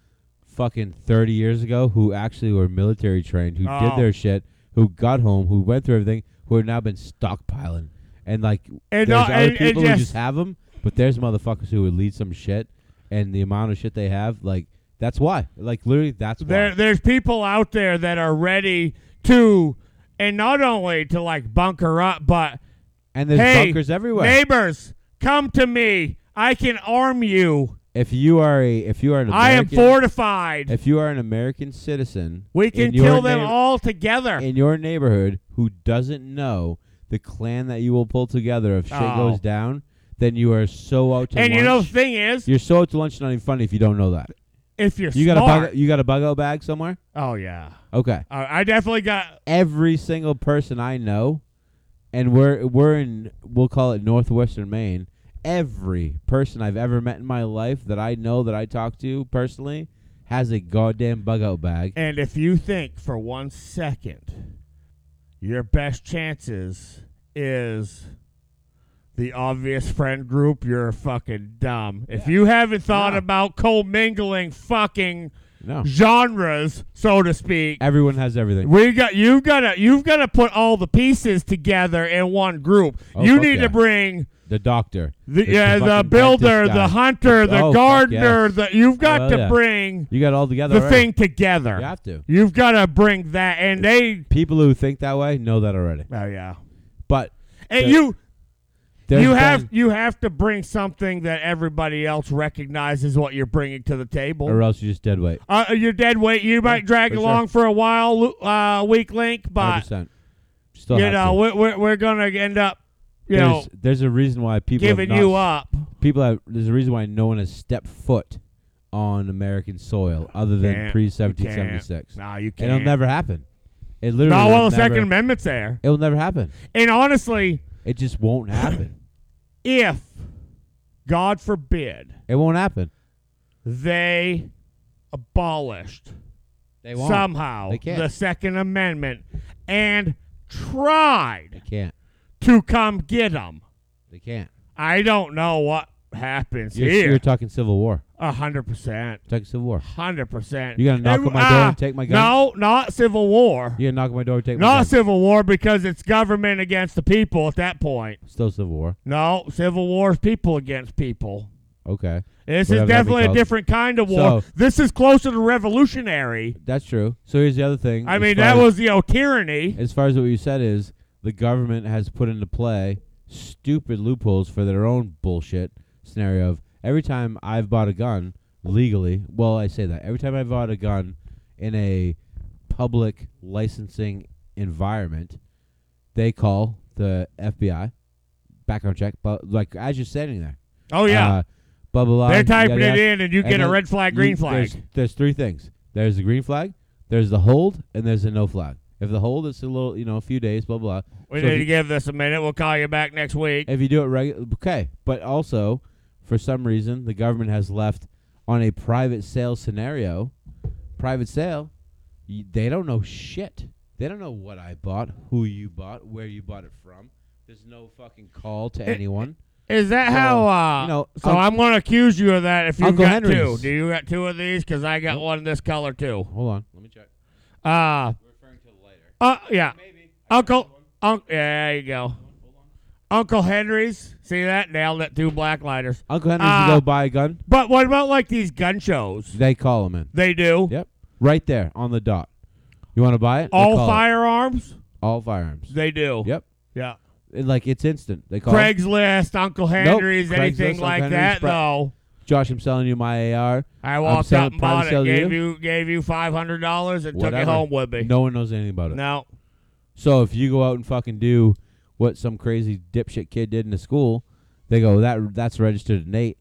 Speaker 2: fucking 30 years ago who actually were military trained, who
Speaker 1: Oh.
Speaker 2: did their shit, who got home, who went through everything, who have now been stockpiling. And like,
Speaker 1: And,
Speaker 2: there's
Speaker 1: uh,
Speaker 2: other
Speaker 1: and- and
Speaker 2: people who
Speaker 1: just-
Speaker 2: just have them, but there's motherfuckers who would lead some shit, and the amount of shit they have, like, that's why. Like, literally, that's why.
Speaker 1: there, there's people out there that are ready to, and not only to like bunker up, but
Speaker 2: and there's
Speaker 1: hey,
Speaker 2: bunkers everywhere.
Speaker 1: neighbors, come to me. I can arm you.
Speaker 2: if you are a if you are an
Speaker 1: I
Speaker 2: American,
Speaker 1: am fortified.
Speaker 2: if you are an American citizen,
Speaker 1: we
Speaker 2: in
Speaker 1: can
Speaker 2: your
Speaker 1: kill them
Speaker 2: neigh-
Speaker 1: all together.
Speaker 2: in your neighborhood who doesn't know the clan that you will pull together if shit
Speaker 1: Oh.
Speaker 2: goes down. Then you are so out to
Speaker 1: and
Speaker 2: lunch.
Speaker 1: you know, the thing is,
Speaker 2: you're so out to lunch. Not even funny if you don't know that.
Speaker 1: if you're
Speaker 2: You got
Speaker 1: smart,
Speaker 2: a bug. You got a bug out bag somewhere.
Speaker 1: oh yeah,
Speaker 2: Okay.
Speaker 1: Uh, I definitely got.
Speaker 2: Every single person I know, and we're we're in we'll call it northwestern Maine. Every person I've ever met in my life that I know that I talk to personally has a goddamn bug out bag.
Speaker 1: And if you think for one second, your best chances is the obvious friend group, you're fucking dumb. If you haven't thought
Speaker 2: No.
Speaker 1: about commingling fucking
Speaker 2: No.
Speaker 1: genres, so to speak,
Speaker 2: Everyone has everything.
Speaker 1: we got you've got to you've got to put all the pieces together in one group.
Speaker 2: Oh,
Speaker 1: you
Speaker 2: fuck
Speaker 1: need
Speaker 2: yeah.
Speaker 1: to bring
Speaker 2: The doctor.
Speaker 1: The,
Speaker 2: It's
Speaker 1: yeah, the
Speaker 2: fucking
Speaker 1: builder,
Speaker 2: dentist guy.
Speaker 1: the hunter, the
Speaker 2: Oh, fuck
Speaker 1: gardener.
Speaker 2: yes.
Speaker 1: The, you've got
Speaker 2: Oh,
Speaker 1: to
Speaker 2: yeah.
Speaker 1: bring
Speaker 2: You got it all together.
Speaker 1: the
Speaker 2: already.
Speaker 1: thing together.
Speaker 2: You have to.
Speaker 1: You've got to bring that, and they.
Speaker 2: People who think that way know that already.
Speaker 1: Oh yeah,
Speaker 2: But
Speaker 1: and
Speaker 2: The-
Speaker 1: you
Speaker 2: there's
Speaker 1: you
Speaker 2: been-
Speaker 1: have you have to bring something that everybody else recognizes what you're bringing to the table.
Speaker 2: or else you just dead weight.
Speaker 1: Uh, your dead weight, you might drag
Speaker 2: for sure.
Speaker 1: along for a while, lo- uh, weak link, but
Speaker 2: 100%. Still
Speaker 1: you
Speaker 2: have
Speaker 1: know
Speaker 2: to.
Speaker 1: we're, we're we're gonna end up, you know,
Speaker 2: there's, there's a reason why people have
Speaker 1: giving
Speaker 2: not
Speaker 1: you up.
Speaker 2: people have there's a reason why no one has stepped foot on American soil other than
Speaker 1: Can't.
Speaker 2: pre
Speaker 1: You can't.
Speaker 2: 1776.
Speaker 1: No, you can't.
Speaker 2: It'll never happen. It literally.
Speaker 1: no,
Speaker 2: will
Speaker 1: well, the
Speaker 2: never-
Speaker 1: Second Amendment's there,
Speaker 2: It will never happen.
Speaker 1: and honestly,
Speaker 2: It just won't happen.
Speaker 1: if God forbid
Speaker 2: it won't happen.
Speaker 1: they abolished
Speaker 2: They won't.
Speaker 1: somehow
Speaker 2: They can't.
Speaker 1: the Second Amendment and tried
Speaker 2: They can't.
Speaker 1: to come get them,
Speaker 2: They can't.
Speaker 1: I don't know what happens
Speaker 2: You're,
Speaker 1: here.
Speaker 2: you're talking Civil War.
Speaker 1: A hundred percent.
Speaker 2: Talking Civil War.
Speaker 1: Hundred percent.
Speaker 2: You gonna knock
Speaker 1: Every-
Speaker 2: on my door
Speaker 1: ah,
Speaker 2: and take my gun?
Speaker 1: No, not civil war.
Speaker 2: You gonna knock on my door, and take my
Speaker 1: Not
Speaker 2: gun.
Speaker 1: civil war because it's government against the people at that point.
Speaker 2: Still Civil War.
Speaker 1: No, civil war is people against people.
Speaker 2: Okay,
Speaker 1: This
Speaker 2: Whatever
Speaker 1: is
Speaker 2: that be
Speaker 1: definitely a
Speaker 2: called.
Speaker 1: different kind of war.
Speaker 2: So-
Speaker 1: this is closer to revolutionary.
Speaker 2: that's true. So here's the other thing.
Speaker 1: I
Speaker 2: as
Speaker 1: mean,
Speaker 2: far
Speaker 1: that
Speaker 2: as-
Speaker 1: was the old tyranny.
Speaker 2: as far as what you said is the government has put into play stupid loopholes for their own bullshit scenario of every time I've bought a gun legally, well I say that every time I bought a gun in a public licensing environment, they call the FBI background check, but like as you're standing there.
Speaker 1: Oh yeah,
Speaker 2: Uh, blah blah blah.
Speaker 1: they're typing
Speaker 2: yada,
Speaker 1: it
Speaker 2: yada.
Speaker 1: in, and you
Speaker 2: And
Speaker 1: get a
Speaker 2: then
Speaker 1: red flag,
Speaker 2: You-
Speaker 1: green flag.
Speaker 2: There's, there's three things. There's the green flag, there's the hold, and there's the no flag. If the hold, it's a little, you know, a few days, blah blah.
Speaker 1: We
Speaker 2: so
Speaker 1: need
Speaker 2: if
Speaker 1: to
Speaker 2: you-
Speaker 1: give this a minute. We'll call you back next week.
Speaker 2: If you do it regular, okay. But also, for some reason, the government has left on a private sale scenario. Private sale, y- they don't know shit. They don't know what I bought, who you bought, where you bought it from. There's no fucking call
Speaker 1: Eh,
Speaker 2: to anyone.
Speaker 1: Is that
Speaker 2: So,
Speaker 1: how? Uh,
Speaker 2: you know,
Speaker 1: so
Speaker 2: Unc-
Speaker 1: I'm going to accuse you of that if you've
Speaker 2: Uncle
Speaker 1: got
Speaker 2: Henry's.
Speaker 1: two. Do you got two of these? Because I got one this color too.
Speaker 2: Hold on, let me check.
Speaker 1: Uh,
Speaker 2: We're referring to later.
Speaker 1: uh yeah.
Speaker 2: Maybe.
Speaker 1: Uncle, uncle, yeah, there you go. Uncle Henry's. See that? Nailed it. Two black lighters.
Speaker 2: Uncle Henry's
Speaker 1: Uh,
Speaker 2: to go buy a gun.
Speaker 1: But what about like these gun shows?
Speaker 2: They call him in.
Speaker 1: They do
Speaker 2: Yep. Right there on the dot. You want to buy it? They
Speaker 1: all
Speaker 2: call it.
Speaker 1: firearms.
Speaker 2: All firearms.
Speaker 1: They do.
Speaker 2: Yep.
Speaker 1: Yeah.
Speaker 2: It- like it's instant. They call it.
Speaker 1: Craigslist, Uncle Henry's,
Speaker 2: Craigslist,
Speaker 1: anything
Speaker 2: Uncle
Speaker 1: like
Speaker 2: Henry's,
Speaker 1: that
Speaker 2: Bra-
Speaker 1: though.
Speaker 2: Josh, I'm selling you my AR.
Speaker 1: I walked
Speaker 2: selling-
Speaker 1: up and
Speaker 2: private
Speaker 1: bought it,
Speaker 2: sale to
Speaker 1: gave
Speaker 2: you?
Speaker 1: you gave you five hundred dollars, and took it
Speaker 2: Whatever.
Speaker 1: home with me.
Speaker 2: No one knows anything about it.
Speaker 1: no.
Speaker 2: So if you go out and fucking do what some crazy dipshit kid did in the school, they go that that's registered at Nate,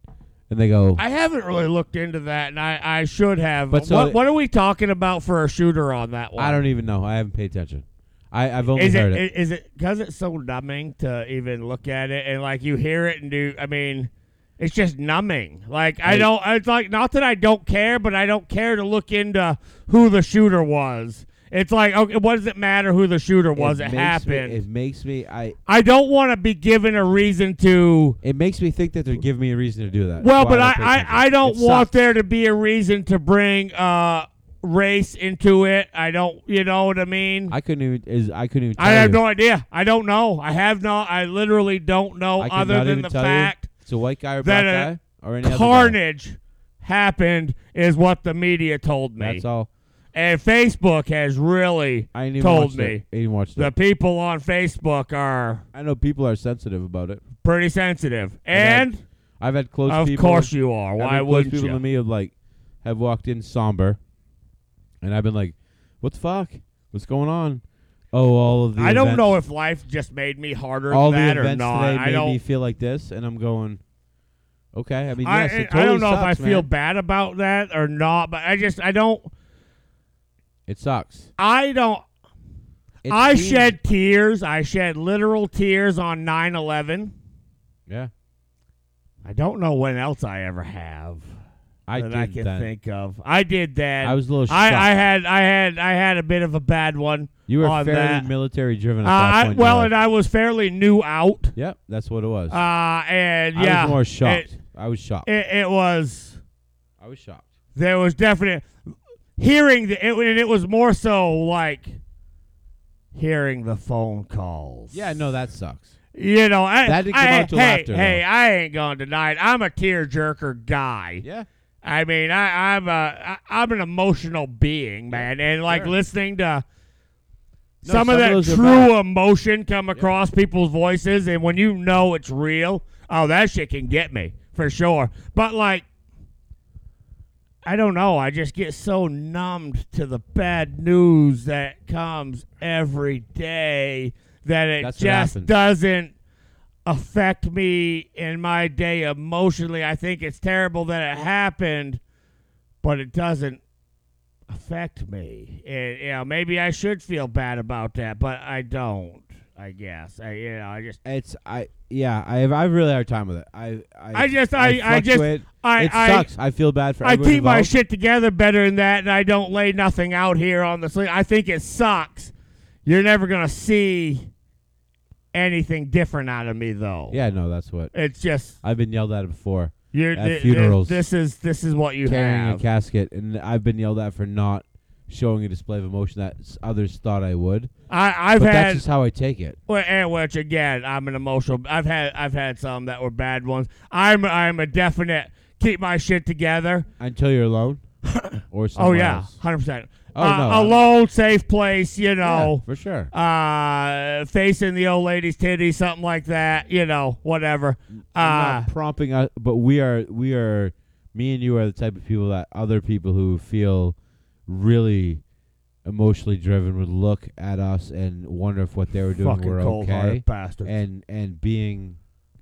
Speaker 2: and they go
Speaker 1: I haven't really looked into that, and I, I should have.
Speaker 2: But so
Speaker 1: what,
Speaker 2: the-
Speaker 1: what are we talking about for a shooter on that one?
Speaker 2: I don't even know. I haven't paid attention. I, I've only
Speaker 1: Is
Speaker 2: heard
Speaker 1: it,
Speaker 2: it.
Speaker 1: is it because it's so numbing to even look at it, and like you hear it and do? I mean, it's just numbing. Like I
Speaker 2: Hey.
Speaker 1: don't. It's like not that I don't care, but I don't care to look into who the shooter was. It's like okay, what does it matter who the shooter was? It,
Speaker 2: makes me-
Speaker 1: happened.
Speaker 2: it makes me. I.
Speaker 1: I don't want to be given a reason to.
Speaker 2: It makes me think that they're giving me a reason to do that.
Speaker 1: Well,
Speaker 2: Why
Speaker 1: but I,
Speaker 2: pay
Speaker 1: I,
Speaker 2: attention.
Speaker 1: I don't
Speaker 2: It
Speaker 1: want
Speaker 2: sucks.
Speaker 1: there to be a reason to bring uh, race into it. I don't, you know what I mean? I,
Speaker 2: I couldn't even. Is I couldn't even. tell
Speaker 1: have
Speaker 2: you.
Speaker 1: no idea. I don't know. I have no, I literally don't know
Speaker 2: I could
Speaker 1: other
Speaker 2: not
Speaker 1: than
Speaker 2: even
Speaker 1: the
Speaker 2: tell you
Speaker 1: fact
Speaker 2: it's a white guy or black
Speaker 1: that
Speaker 2: guy or any other guy.
Speaker 1: carnage happened is what the media told me.
Speaker 2: That's all.
Speaker 1: And Facebook has really,
Speaker 2: I didn't even
Speaker 1: Told
Speaker 2: watch
Speaker 1: me.
Speaker 2: It. I didn't even watch
Speaker 1: the
Speaker 2: it.
Speaker 1: people on Facebook are
Speaker 2: I know people are sensitive about it.
Speaker 1: pretty sensitive.
Speaker 2: had
Speaker 1: And,
Speaker 2: I've had close
Speaker 1: of
Speaker 2: people.
Speaker 1: course you are.
Speaker 2: I've
Speaker 1: Why
Speaker 2: had close
Speaker 1: wouldn't
Speaker 2: people
Speaker 1: you?
Speaker 2: to me have like have walked in somber, and I've been like, "What the fuck? What's going on?" Oh, all of the.
Speaker 1: I don't
Speaker 2: events-
Speaker 1: know if life just made me harder
Speaker 2: all
Speaker 1: than that
Speaker 2: the
Speaker 1: or
Speaker 2: events
Speaker 1: not.
Speaker 2: today
Speaker 1: I
Speaker 2: made
Speaker 1: don't.
Speaker 2: me feel like this, and I'm going. Okay, I mean,
Speaker 1: I,
Speaker 2: yes, it
Speaker 1: I
Speaker 2: totally
Speaker 1: don't know if I
Speaker 2: sucks,
Speaker 1: feel
Speaker 2: man.
Speaker 1: bad about that or not, but I just I don't
Speaker 2: It sucks.
Speaker 1: I don't
Speaker 2: It
Speaker 1: I
Speaker 2: seems-
Speaker 1: shed tears. I shed literal tears on 9/11.
Speaker 2: Yeah,
Speaker 1: I don't know when else I ever have
Speaker 2: I
Speaker 1: that
Speaker 2: did
Speaker 1: I can
Speaker 2: that.
Speaker 1: think of. I did that.
Speaker 2: I was a little shocked.
Speaker 1: I, I had I had I had a bit of a bad one.
Speaker 2: you were
Speaker 1: on
Speaker 2: fairly
Speaker 1: that.
Speaker 2: military driven.
Speaker 1: Uh,
Speaker 2: At
Speaker 1: I,
Speaker 2: that point in your
Speaker 1: well,
Speaker 2: life.
Speaker 1: and I was fairly new out.
Speaker 2: Yep, that's what it was.
Speaker 1: Uh, and
Speaker 2: I
Speaker 1: yeah,
Speaker 2: was more shocked.
Speaker 1: It,
Speaker 2: I was shocked.
Speaker 1: it, it was.
Speaker 2: I was shocked.
Speaker 1: there was definite hearing the it, and it was more so like hearing the phone calls.
Speaker 2: Yeah, no, that sucks.
Speaker 1: You know, I,
Speaker 2: That didn't come
Speaker 1: I-
Speaker 2: out till
Speaker 1: hey,
Speaker 2: after,
Speaker 1: hey,
Speaker 2: though.
Speaker 1: I ain't gonna deny it. I'm a tearjerker guy.
Speaker 2: Yeah.
Speaker 1: I mean, I, I'm a, I, I'm an emotional being, man, and like
Speaker 2: sure.
Speaker 1: listening to
Speaker 2: No,
Speaker 1: some,
Speaker 2: some of
Speaker 1: of
Speaker 2: those
Speaker 1: that
Speaker 2: are
Speaker 1: true emotion come across people's voices, and when you know it's real, oh, that shit can get me for sure. But like, I don't know. I just get so numbed to the bad news that comes every day that it
Speaker 2: That's what
Speaker 1: just
Speaker 2: happens.
Speaker 1: doesn't affect me in my day emotionally. I think it's terrible that it happened, but it doesn't affect me. And you know, maybe I should feel bad about that, but I don't. I guess. I you know, I just
Speaker 2: It's I yeah, I have I have a really hard time with it. I I
Speaker 1: I just- I- I just-
Speaker 2: fluctuate.
Speaker 1: I
Speaker 2: it
Speaker 1: I
Speaker 2: sucks. I feel bad for
Speaker 1: I
Speaker 2: everyone
Speaker 1: keep my
Speaker 2: involved.
Speaker 1: shit together better than that, and I don't lay nothing out here on the sleeve. I think it sucks. You're never gonna see anything different out of me, though.
Speaker 2: Yeah, no, that's what
Speaker 1: it's just
Speaker 2: I've been yelled at before.
Speaker 1: you're
Speaker 2: At
Speaker 1: thi- thi-
Speaker 2: funerals.
Speaker 1: This is this is what you
Speaker 2: carrying
Speaker 1: have.
Speaker 2: a casket, and I've been yelled at for not showing a display of emotion that s- others thought I would.
Speaker 1: I, I've
Speaker 2: but
Speaker 1: had
Speaker 2: that's just how I take it.
Speaker 1: Well, and which again, I'm an emotional. I've had I've had some that were bad ones. I'm I'm a definite keep my shit together.
Speaker 2: Until you're alone, or
Speaker 1: Oh
Speaker 2: somewhere
Speaker 1: yeah,
Speaker 2: else.
Speaker 1: hundred percent.
Speaker 2: Oh,
Speaker 1: uh,
Speaker 2: no,
Speaker 1: a
Speaker 2: I'm-
Speaker 1: lone, safe place, you know.
Speaker 2: Yeah, for sure.
Speaker 1: Uh, facing the old lady's titty, something like that, you know, whatever.
Speaker 2: I'm
Speaker 1: Uh,
Speaker 2: not prompting us, but we are we are me and you are the type of people that other people who feel really emotionally driven would look at us and wonder if what they were doing
Speaker 1: fucking
Speaker 2: were
Speaker 1: cold-hearted
Speaker 2: okay.
Speaker 1: bastards.
Speaker 2: And and being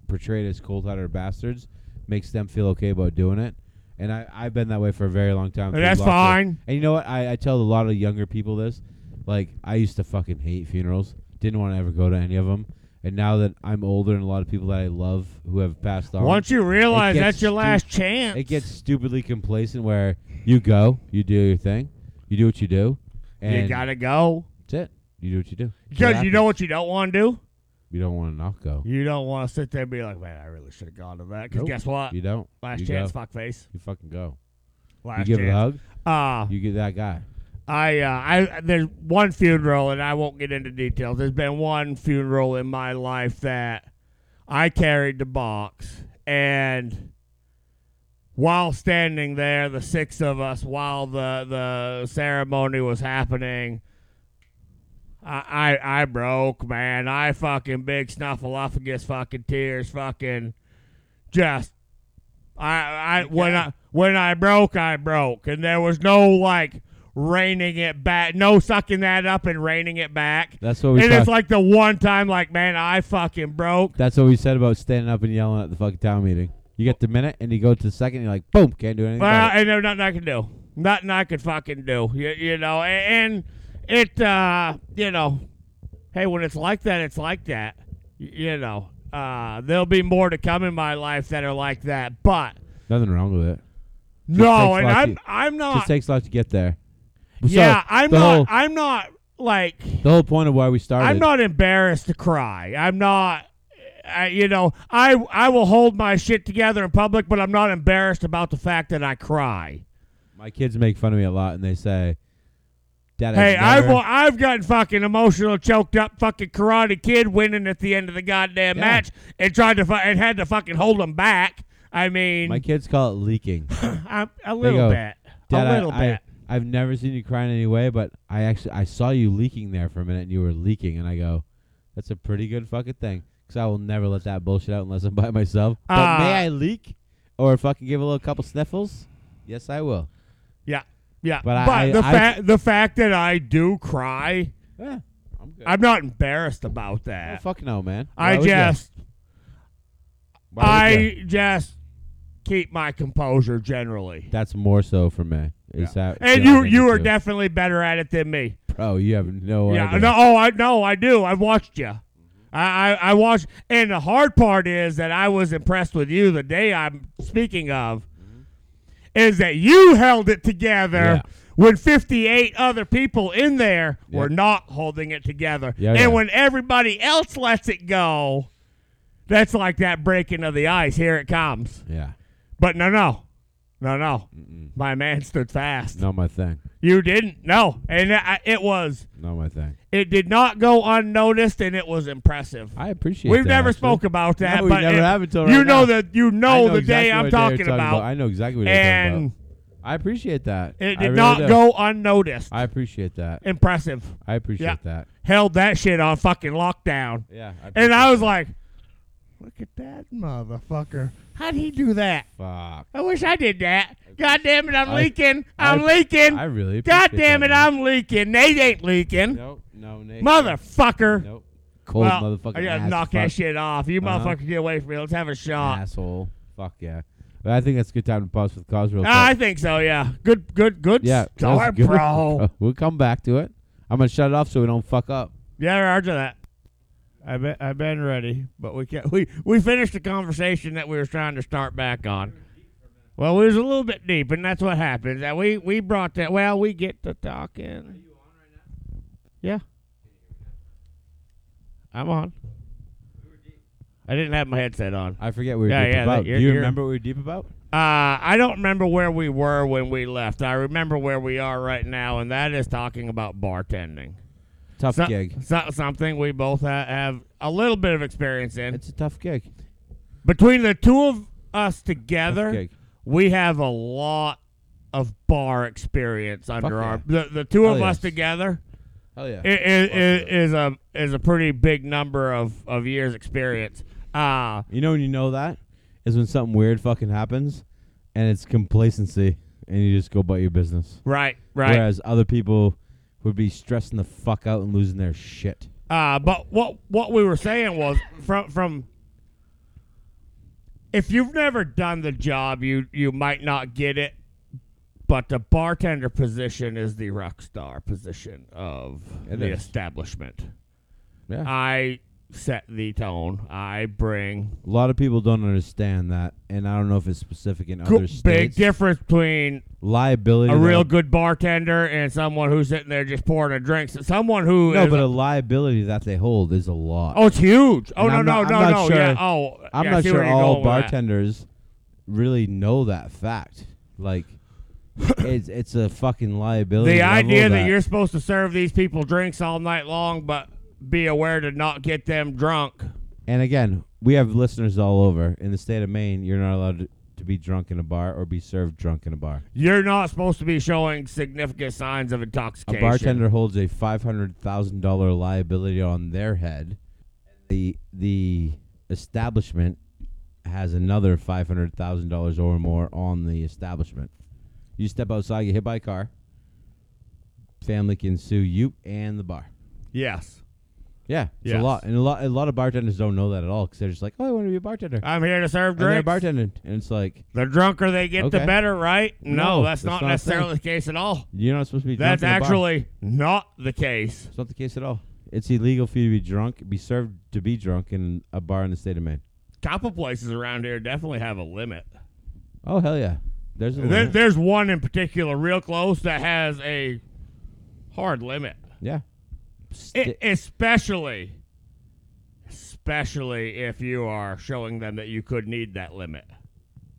Speaker 2: portrayed as cold-hearted bastards makes them feel okay about doing it. And I I've been that way for a very long time.
Speaker 1: And
Speaker 2: through
Speaker 1: that's
Speaker 2: lots of-
Speaker 1: fine.
Speaker 2: and you know what? I, I tell a lot of younger people this. Like, I used to fucking hate funerals. Didn't want to ever go to any of them. And now that I'm older and a lot of people that I love who have passed on,
Speaker 1: Once you realize
Speaker 2: gets
Speaker 1: that's your
Speaker 2: stu-
Speaker 1: last chance,
Speaker 2: it gets stupidly complacent where you go, you do your thing, you do what you do, and
Speaker 1: you gotta go
Speaker 2: that's it. You do what you do.
Speaker 1: because you know what you don't want to do.
Speaker 2: You don't want to not go.
Speaker 1: You don't want to sit there and be like, man, I really should have gone to that. Because
Speaker 2: Nope.
Speaker 1: guess what?
Speaker 2: You don't.
Speaker 1: Last
Speaker 2: you
Speaker 1: chance,
Speaker 2: go.
Speaker 1: fuck face.
Speaker 2: You fucking go.
Speaker 1: Last
Speaker 2: you give it a
Speaker 1: chance.
Speaker 2: hug.
Speaker 1: Uh,
Speaker 2: You get that guy.
Speaker 1: I, uh, I, there's one funeral, and I won't get into details. There's been one funeral in my life that I carried the box, and while standing there, the six of us, while the the ceremony was happening, I, I, I broke, man. I fucking big snuffleupagus, fucking tears, fucking just. I, I when I when I broke, I broke, and there was no like reining it back, no sucking that up and reining it back.
Speaker 2: That's what we.
Speaker 1: and
Speaker 2: talk-
Speaker 1: it's like the one time, like man, I fucking broke.
Speaker 2: That's what we said about standing up and yelling at the fucking town meeting. You get the minute, and you go to the second, you're like, boom, can't do anything. about
Speaker 1: Well,
Speaker 2: it.
Speaker 1: and there's nothing I can do. Nothing I could fucking do. You, you know, a- and it, uh, you know, hey, when it's like that, it's like that. Y- You know, uh, there'll be more to come in my life that are like that, but
Speaker 2: Nothing wrong with it.
Speaker 1: no,
Speaker 2: takes
Speaker 1: and
Speaker 2: luck
Speaker 1: I'm,
Speaker 2: to-
Speaker 1: I'm
Speaker 2: Just
Speaker 1: not.
Speaker 2: takes a lot to get there. So,
Speaker 1: yeah, I'm
Speaker 2: the
Speaker 1: not.
Speaker 2: whole-
Speaker 1: I'm not like.
Speaker 2: the whole point of why we started.
Speaker 1: I'm not embarrassed to cry. I'm not. I, you know, I I will hold my shit together in public, but I'm not embarrassed about the fact that I cry.
Speaker 2: My kids make fun of me a lot, and they say, "Dad,
Speaker 1: Hey, I've
Speaker 2: I've never,
Speaker 1: wa- I've gotten fucking emotional, choked up, fucking Karate Kid winning at the end of the goddamn
Speaker 2: Yeah.
Speaker 1: match, and tried to fu- and had to fucking hold him back. I mean,
Speaker 2: my kids call it leaking. Dad,
Speaker 1: I'm, a little
Speaker 2: go,
Speaker 1: bit, a
Speaker 2: I-
Speaker 1: little
Speaker 2: I,
Speaker 1: bit.
Speaker 2: have never seen you cry in any way, but I actually I saw you leaking there for a minute, and you were leaking, and I go, "That's a pretty good fucking thing." Because I will never let that bullshit out unless I'm by myself. But may
Speaker 1: Uh,
Speaker 2: I leak or fucking give a little couple sniffles? Yes, I will.
Speaker 1: yeah, yeah.
Speaker 2: But I- I-
Speaker 1: the
Speaker 2: I-
Speaker 1: fact the fact that I do cry,
Speaker 2: Yeah, I'm good.
Speaker 1: I'm not embarrassed about
Speaker 2: oh,
Speaker 1: that.
Speaker 2: fuck no, man. Why
Speaker 1: I
Speaker 2: would ya?
Speaker 1: just
Speaker 2: Why would ya?
Speaker 1: I just keep my composure generally.
Speaker 2: That's more so for me. Is that
Speaker 1: And
Speaker 2: yeah, I
Speaker 1: you
Speaker 2: think
Speaker 1: you
Speaker 2: it's
Speaker 1: are
Speaker 2: you.
Speaker 1: definitely better at it than me.
Speaker 2: bro. You have no
Speaker 1: Yeah.
Speaker 2: idea.
Speaker 1: No. Oh, I no. I do. I watched you.
Speaker 2: Mm-hmm.
Speaker 1: I, I I watched. And the hard part is that I was impressed with you the day I'm speaking of. Is that you held it together
Speaker 2: Mm-hmm. Yeah.
Speaker 1: when 58 other people in there were
Speaker 2: Yep.
Speaker 1: not holding it together,
Speaker 2: Yeah,
Speaker 1: and
Speaker 2: yeah.
Speaker 1: when everybody else lets it go, that's like that breaking of the ice. Here it comes.
Speaker 2: Yeah.
Speaker 1: But no, no. No, no.
Speaker 2: Mm-mm.
Speaker 1: My man stood fast.
Speaker 2: Not my thing.
Speaker 1: You didn't. No. And I, it was.
Speaker 2: Not my thing.
Speaker 1: It did not go unnoticed, and it was impressive.
Speaker 2: I appreciate.
Speaker 1: We've
Speaker 2: that,
Speaker 1: never
Speaker 2: actually.
Speaker 1: spoke about
Speaker 2: No,
Speaker 1: that,
Speaker 2: we
Speaker 1: but
Speaker 2: never
Speaker 1: it-
Speaker 2: have until
Speaker 1: you
Speaker 2: right
Speaker 1: know
Speaker 2: now.
Speaker 1: that you
Speaker 2: I
Speaker 1: know, the
Speaker 2: exactly
Speaker 1: day I'm
Speaker 2: what day you're
Speaker 1: talking, about,
Speaker 2: I know exactly what you're talking
Speaker 1: and
Speaker 2: about. I appreciate that.
Speaker 1: it
Speaker 2: I
Speaker 1: did
Speaker 2: really
Speaker 1: not
Speaker 2: do.
Speaker 1: go unnoticed.
Speaker 2: I appreciate that.
Speaker 1: impressive.
Speaker 2: I appreciate
Speaker 1: Yeah.
Speaker 2: that.
Speaker 1: Held that shit on fucking lockdown.
Speaker 2: Yeah.
Speaker 1: And I was like, look at that motherfucker. How'd he do that?
Speaker 2: fuck.
Speaker 1: I wish I did that. God damn it, I'm
Speaker 2: I-
Speaker 1: leaking. I'm
Speaker 2: I-
Speaker 1: leaking.
Speaker 2: I really.
Speaker 1: God
Speaker 2: appreciate
Speaker 1: damn it,
Speaker 2: that, man.
Speaker 1: I'm leaking. Nate ain't leaking.
Speaker 2: Nope. No. Nate.
Speaker 1: Motherfucker.
Speaker 2: Nope. Cold
Speaker 1: Well,
Speaker 2: motherfucker.
Speaker 1: I gotta knock that shit off. You
Speaker 2: Uh-huh.
Speaker 1: motherfucker, get away from me. Let's have a shot.
Speaker 2: Asshole. Fuck yeah. But I think that's a good time to pause with Cosgrove.
Speaker 1: I think so. Yeah. Good. Good. Good.
Speaker 2: yeah. that was
Speaker 1: Start,
Speaker 2: good.
Speaker 1: bro.
Speaker 2: We'll come back to it. I'm gonna shut it off so we don't fuck up.
Speaker 1: Yeah, roger that. I've been, I've been ready, but we can't. We, we finished the conversation that we were trying to start back on. Well, we was a little bit deep, and that's what happens. That we we brought that. Well, we get to talking. Are you on right now? Yeah. I'm on. I didn't have my headset on.
Speaker 2: I forget what we were
Speaker 1: Yeah,
Speaker 2: deep
Speaker 1: yeah, that-
Speaker 2: about. Do
Speaker 1: you're-
Speaker 2: you
Speaker 1: you're-
Speaker 2: remember what we were deep about?
Speaker 1: Uh, I don't remember where we were when we left. I remember where we are right now, and that is talking about bartending.
Speaker 2: Tough
Speaker 1: So-
Speaker 2: gig.
Speaker 1: so- something we both ha- have a little bit of experience in.
Speaker 2: It's a tough gig.
Speaker 1: Between the two of us
Speaker 2: Tough
Speaker 1: together,
Speaker 2: gig.
Speaker 1: we have a lot of bar experience under
Speaker 2: yeah.
Speaker 1: our the, the two
Speaker 2: Hell
Speaker 1: of us
Speaker 2: yes.
Speaker 1: together
Speaker 2: Hell yeah.
Speaker 1: i- i- i-
Speaker 2: Fuck yeah.
Speaker 1: is a is a pretty big number of, of years experience. Uh
Speaker 2: You know when you know that is when something weird fucking happens, and it's complacency, and you just go about your business.
Speaker 1: right, right.
Speaker 2: Whereas other people would be stressing the fuck out and losing their shit.
Speaker 1: Uh, but what what we were saying was from from if you've never done the job, you you might not get it. But the bartender position is the rock star position of
Speaker 2: It
Speaker 1: the
Speaker 2: is.
Speaker 1: establishment.
Speaker 2: Yeah.
Speaker 1: I set the tone. I bring
Speaker 2: A lot of people don't understand that, and I don't know if it's specific in
Speaker 1: Go-
Speaker 2: other
Speaker 1: big
Speaker 2: states.
Speaker 1: difference between
Speaker 2: liability.
Speaker 1: a real
Speaker 2: that,
Speaker 1: good bartender and someone who's sitting there just pouring a drink. So Someone who
Speaker 2: no,
Speaker 1: is
Speaker 2: but
Speaker 1: a-
Speaker 2: a liability that they hold is a lot.
Speaker 1: oh, it's huge. Oh
Speaker 2: And
Speaker 1: no
Speaker 2: I'm
Speaker 1: no
Speaker 2: not-
Speaker 1: no
Speaker 2: I'm not
Speaker 1: no yeah.
Speaker 2: sure-
Speaker 1: Oh,
Speaker 2: I'm
Speaker 1: yeah, I
Speaker 2: not
Speaker 1: see
Speaker 2: sure
Speaker 1: where you're
Speaker 2: all
Speaker 1: going with that.
Speaker 2: bartenders really know that fact. Like, it's it's a fucking liability.
Speaker 1: the
Speaker 2: level
Speaker 1: idea that,
Speaker 2: that
Speaker 1: you're supposed to serve these people drinks all night long, but be aware to not get them drunk.
Speaker 2: And again, we have listeners all over. In the state of Maine, you're not allowed to, to be drunk in a bar or be served drunk in a bar.
Speaker 1: You're not supposed to be showing significant signs of
Speaker 2: A
Speaker 1: intoxication.
Speaker 2: bartender holds a five hundred thousand dollar liability on their head. The the establishment has another five hundred thousand dollars or more on the establishment. You step outside, get hit by a car. Family can sue you and the bar.
Speaker 1: Yes.
Speaker 2: Yeah, it's
Speaker 1: Yes.
Speaker 2: a lot, and a lot, a lot of bartenders don't know that at all because they're just like, "Oh, I want to be a bartender."
Speaker 1: I'm here to serve
Speaker 2: and they're
Speaker 1: drinks.
Speaker 2: bartending, and it's like
Speaker 1: the drunker they get, the
Speaker 2: Okay.
Speaker 1: better, right? No,
Speaker 2: No,
Speaker 1: that's,
Speaker 2: that's
Speaker 1: not,
Speaker 2: not a
Speaker 1: necessarily the case at all.
Speaker 2: you're not supposed to be. drunk
Speaker 1: That's
Speaker 2: in a bar.
Speaker 1: actually not the case.
Speaker 2: It's not the case at all. It's illegal for you to be drunk, be served to be drunk in a bar in the state of Maine.
Speaker 1: Couple places around here definitely have a limit.
Speaker 2: Oh hell yeah! There's a
Speaker 1: There,
Speaker 2: limit.
Speaker 1: there's one in particular, real close, that has a hard limit.
Speaker 2: yeah.
Speaker 1: E-
Speaker 2: Sti-
Speaker 1: especially, especially if you are showing them that you could need that limit.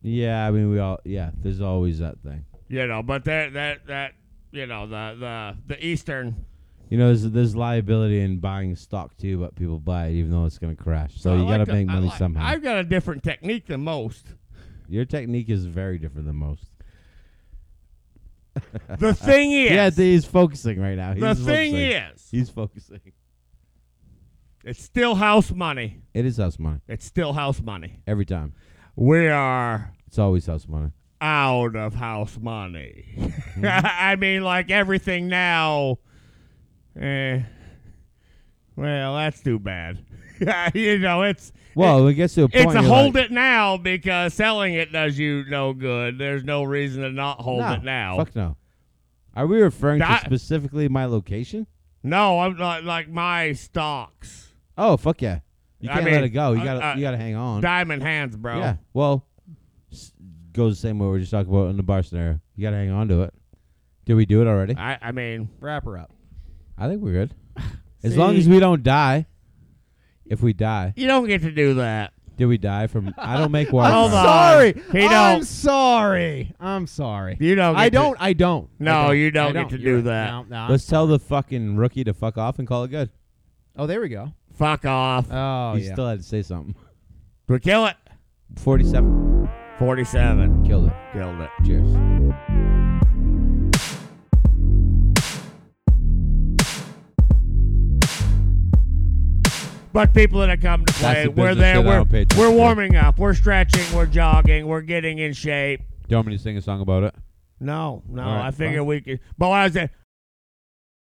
Speaker 2: yeah, I mean we all yeah. There's always that thing.
Speaker 1: You know, but that that that you know the the the Eastern.
Speaker 2: You know, there's, there's liability in buying stock too, but people buy it even though it's gonna crash. So
Speaker 1: I
Speaker 2: you
Speaker 1: like
Speaker 2: gotta
Speaker 1: the-
Speaker 2: make
Speaker 1: I
Speaker 2: money
Speaker 1: like-
Speaker 2: somehow.
Speaker 1: I've got a different technique than most.
Speaker 2: Your technique is very different than most.
Speaker 1: The thing is,
Speaker 2: Yeah, I think he's focusing right now. He's
Speaker 1: the thing
Speaker 2: focusing.
Speaker 1: is,
Speaker 2: he's focusing.
Speaker 1: it's still house money.
Speaker 2: It is house money
Speaker 1: It's still house money.
Speaker 2: every time.
Speaker 1: We are
Speaker 2: It's always house money.
Speaker 1: out of house money.
Speaker 3: Mm-hmm.
Speaker 1: I mean, like everything now. Eh, well, that's too bad. you know, it's
Speaker 2: Well, it gets to a point.
Speaker 1: it's a
Speaker 2: you're
Speaker 1: hold
Speaker 2: like,
Speaker 1: it now because selling it does you no good. There's no reason to not hold
Speaker 2: no,
Speaker 1: it now.
Speaker 2: Fuck no. Are we referring
Speaker 1: That-
Speaker 2: to specifically my location?
Speaker 1: No, I'm not like my stocks,
Speaker 2: Oh fuck yeah! You
Speaker 1: I
Speaker 2: can't
Speaker 1: mean,
Speaker 2: let it go. You
Speaker 1: uh,
Speaker 2: gotta
Speaker 1: uh,
Speaker 2: you gotta hang on.
Speaker 1: diamond hands, bro.
Speaker 2: Yeah. Well, s- goes the same way we were just talking about in the bar scenario. You gotta hang on to it. Did we do it already?
Speaker 1: I, I mean,
Speaker 2: Wrap her up. I think we're good. As long
Speaker 1: See?
Speaker 2: as we don't die. If we die,
Speaker 1: you don't get to do that.
Speaker 2: Did we die from? I don't make water.
Speaker 1: Hold
Speaker 2: cars.
Speaker 1: on.
Speaker 3: sorry.
Speaker 1: He
Speaker 3: I'm
Speaker 1: don't.
Speaker 3: sorry. I'm sorry.
Speaker 1: You don't. Get
Speaker 3: I
Speaker 1: to-
Speaker 3: don't. I don't. I
Speaker 1: No,
Speaker 3: don't.
Speaker 1: you don't
Speaker 3: I
Speaker 1: get to
Speaker 3: You're
Speaker 1: do
Speaker 3: right.
Speaker 1: that.
Speaker 3: No, no.
Speaker 2: Let's tell the fucking rookie to fuck off and call it good.
Speaker 3: oh, there we go.
Speaker 1: Fuck off.
Speaker 3: Oh,
Speaker 2: he
Speaker 3: yeah.
Speaker 2: still had to say something.
Speaker 1: we kill it.
Speaker 2: Forty-seven,
Speaker 1: Forty-seven.
Speaker 2: killed it.
Speaker 1: Killed it.
Speaker 2: Cheers.
Speaker 1: But people that come to play,
Speaker 2: the
Speaker 1: we're
Speaker 2: business
Speaker 1: there.
Speaker 2: that I
Speaker 1: We're,
Speaker 2: don't pay attention
Speaker 1: we're
Speaker 2: to.
Speaker 1: warming up. We're stretching. We're jogging. We're getting in shape.
Speaker 2: Do you want me to sing a song about it?
Speaker 1: No, no.
Speaker 2: All right,
Speaker 1: I figure
Speaker 2: fine.
Speaker 1: we could. But when I was at,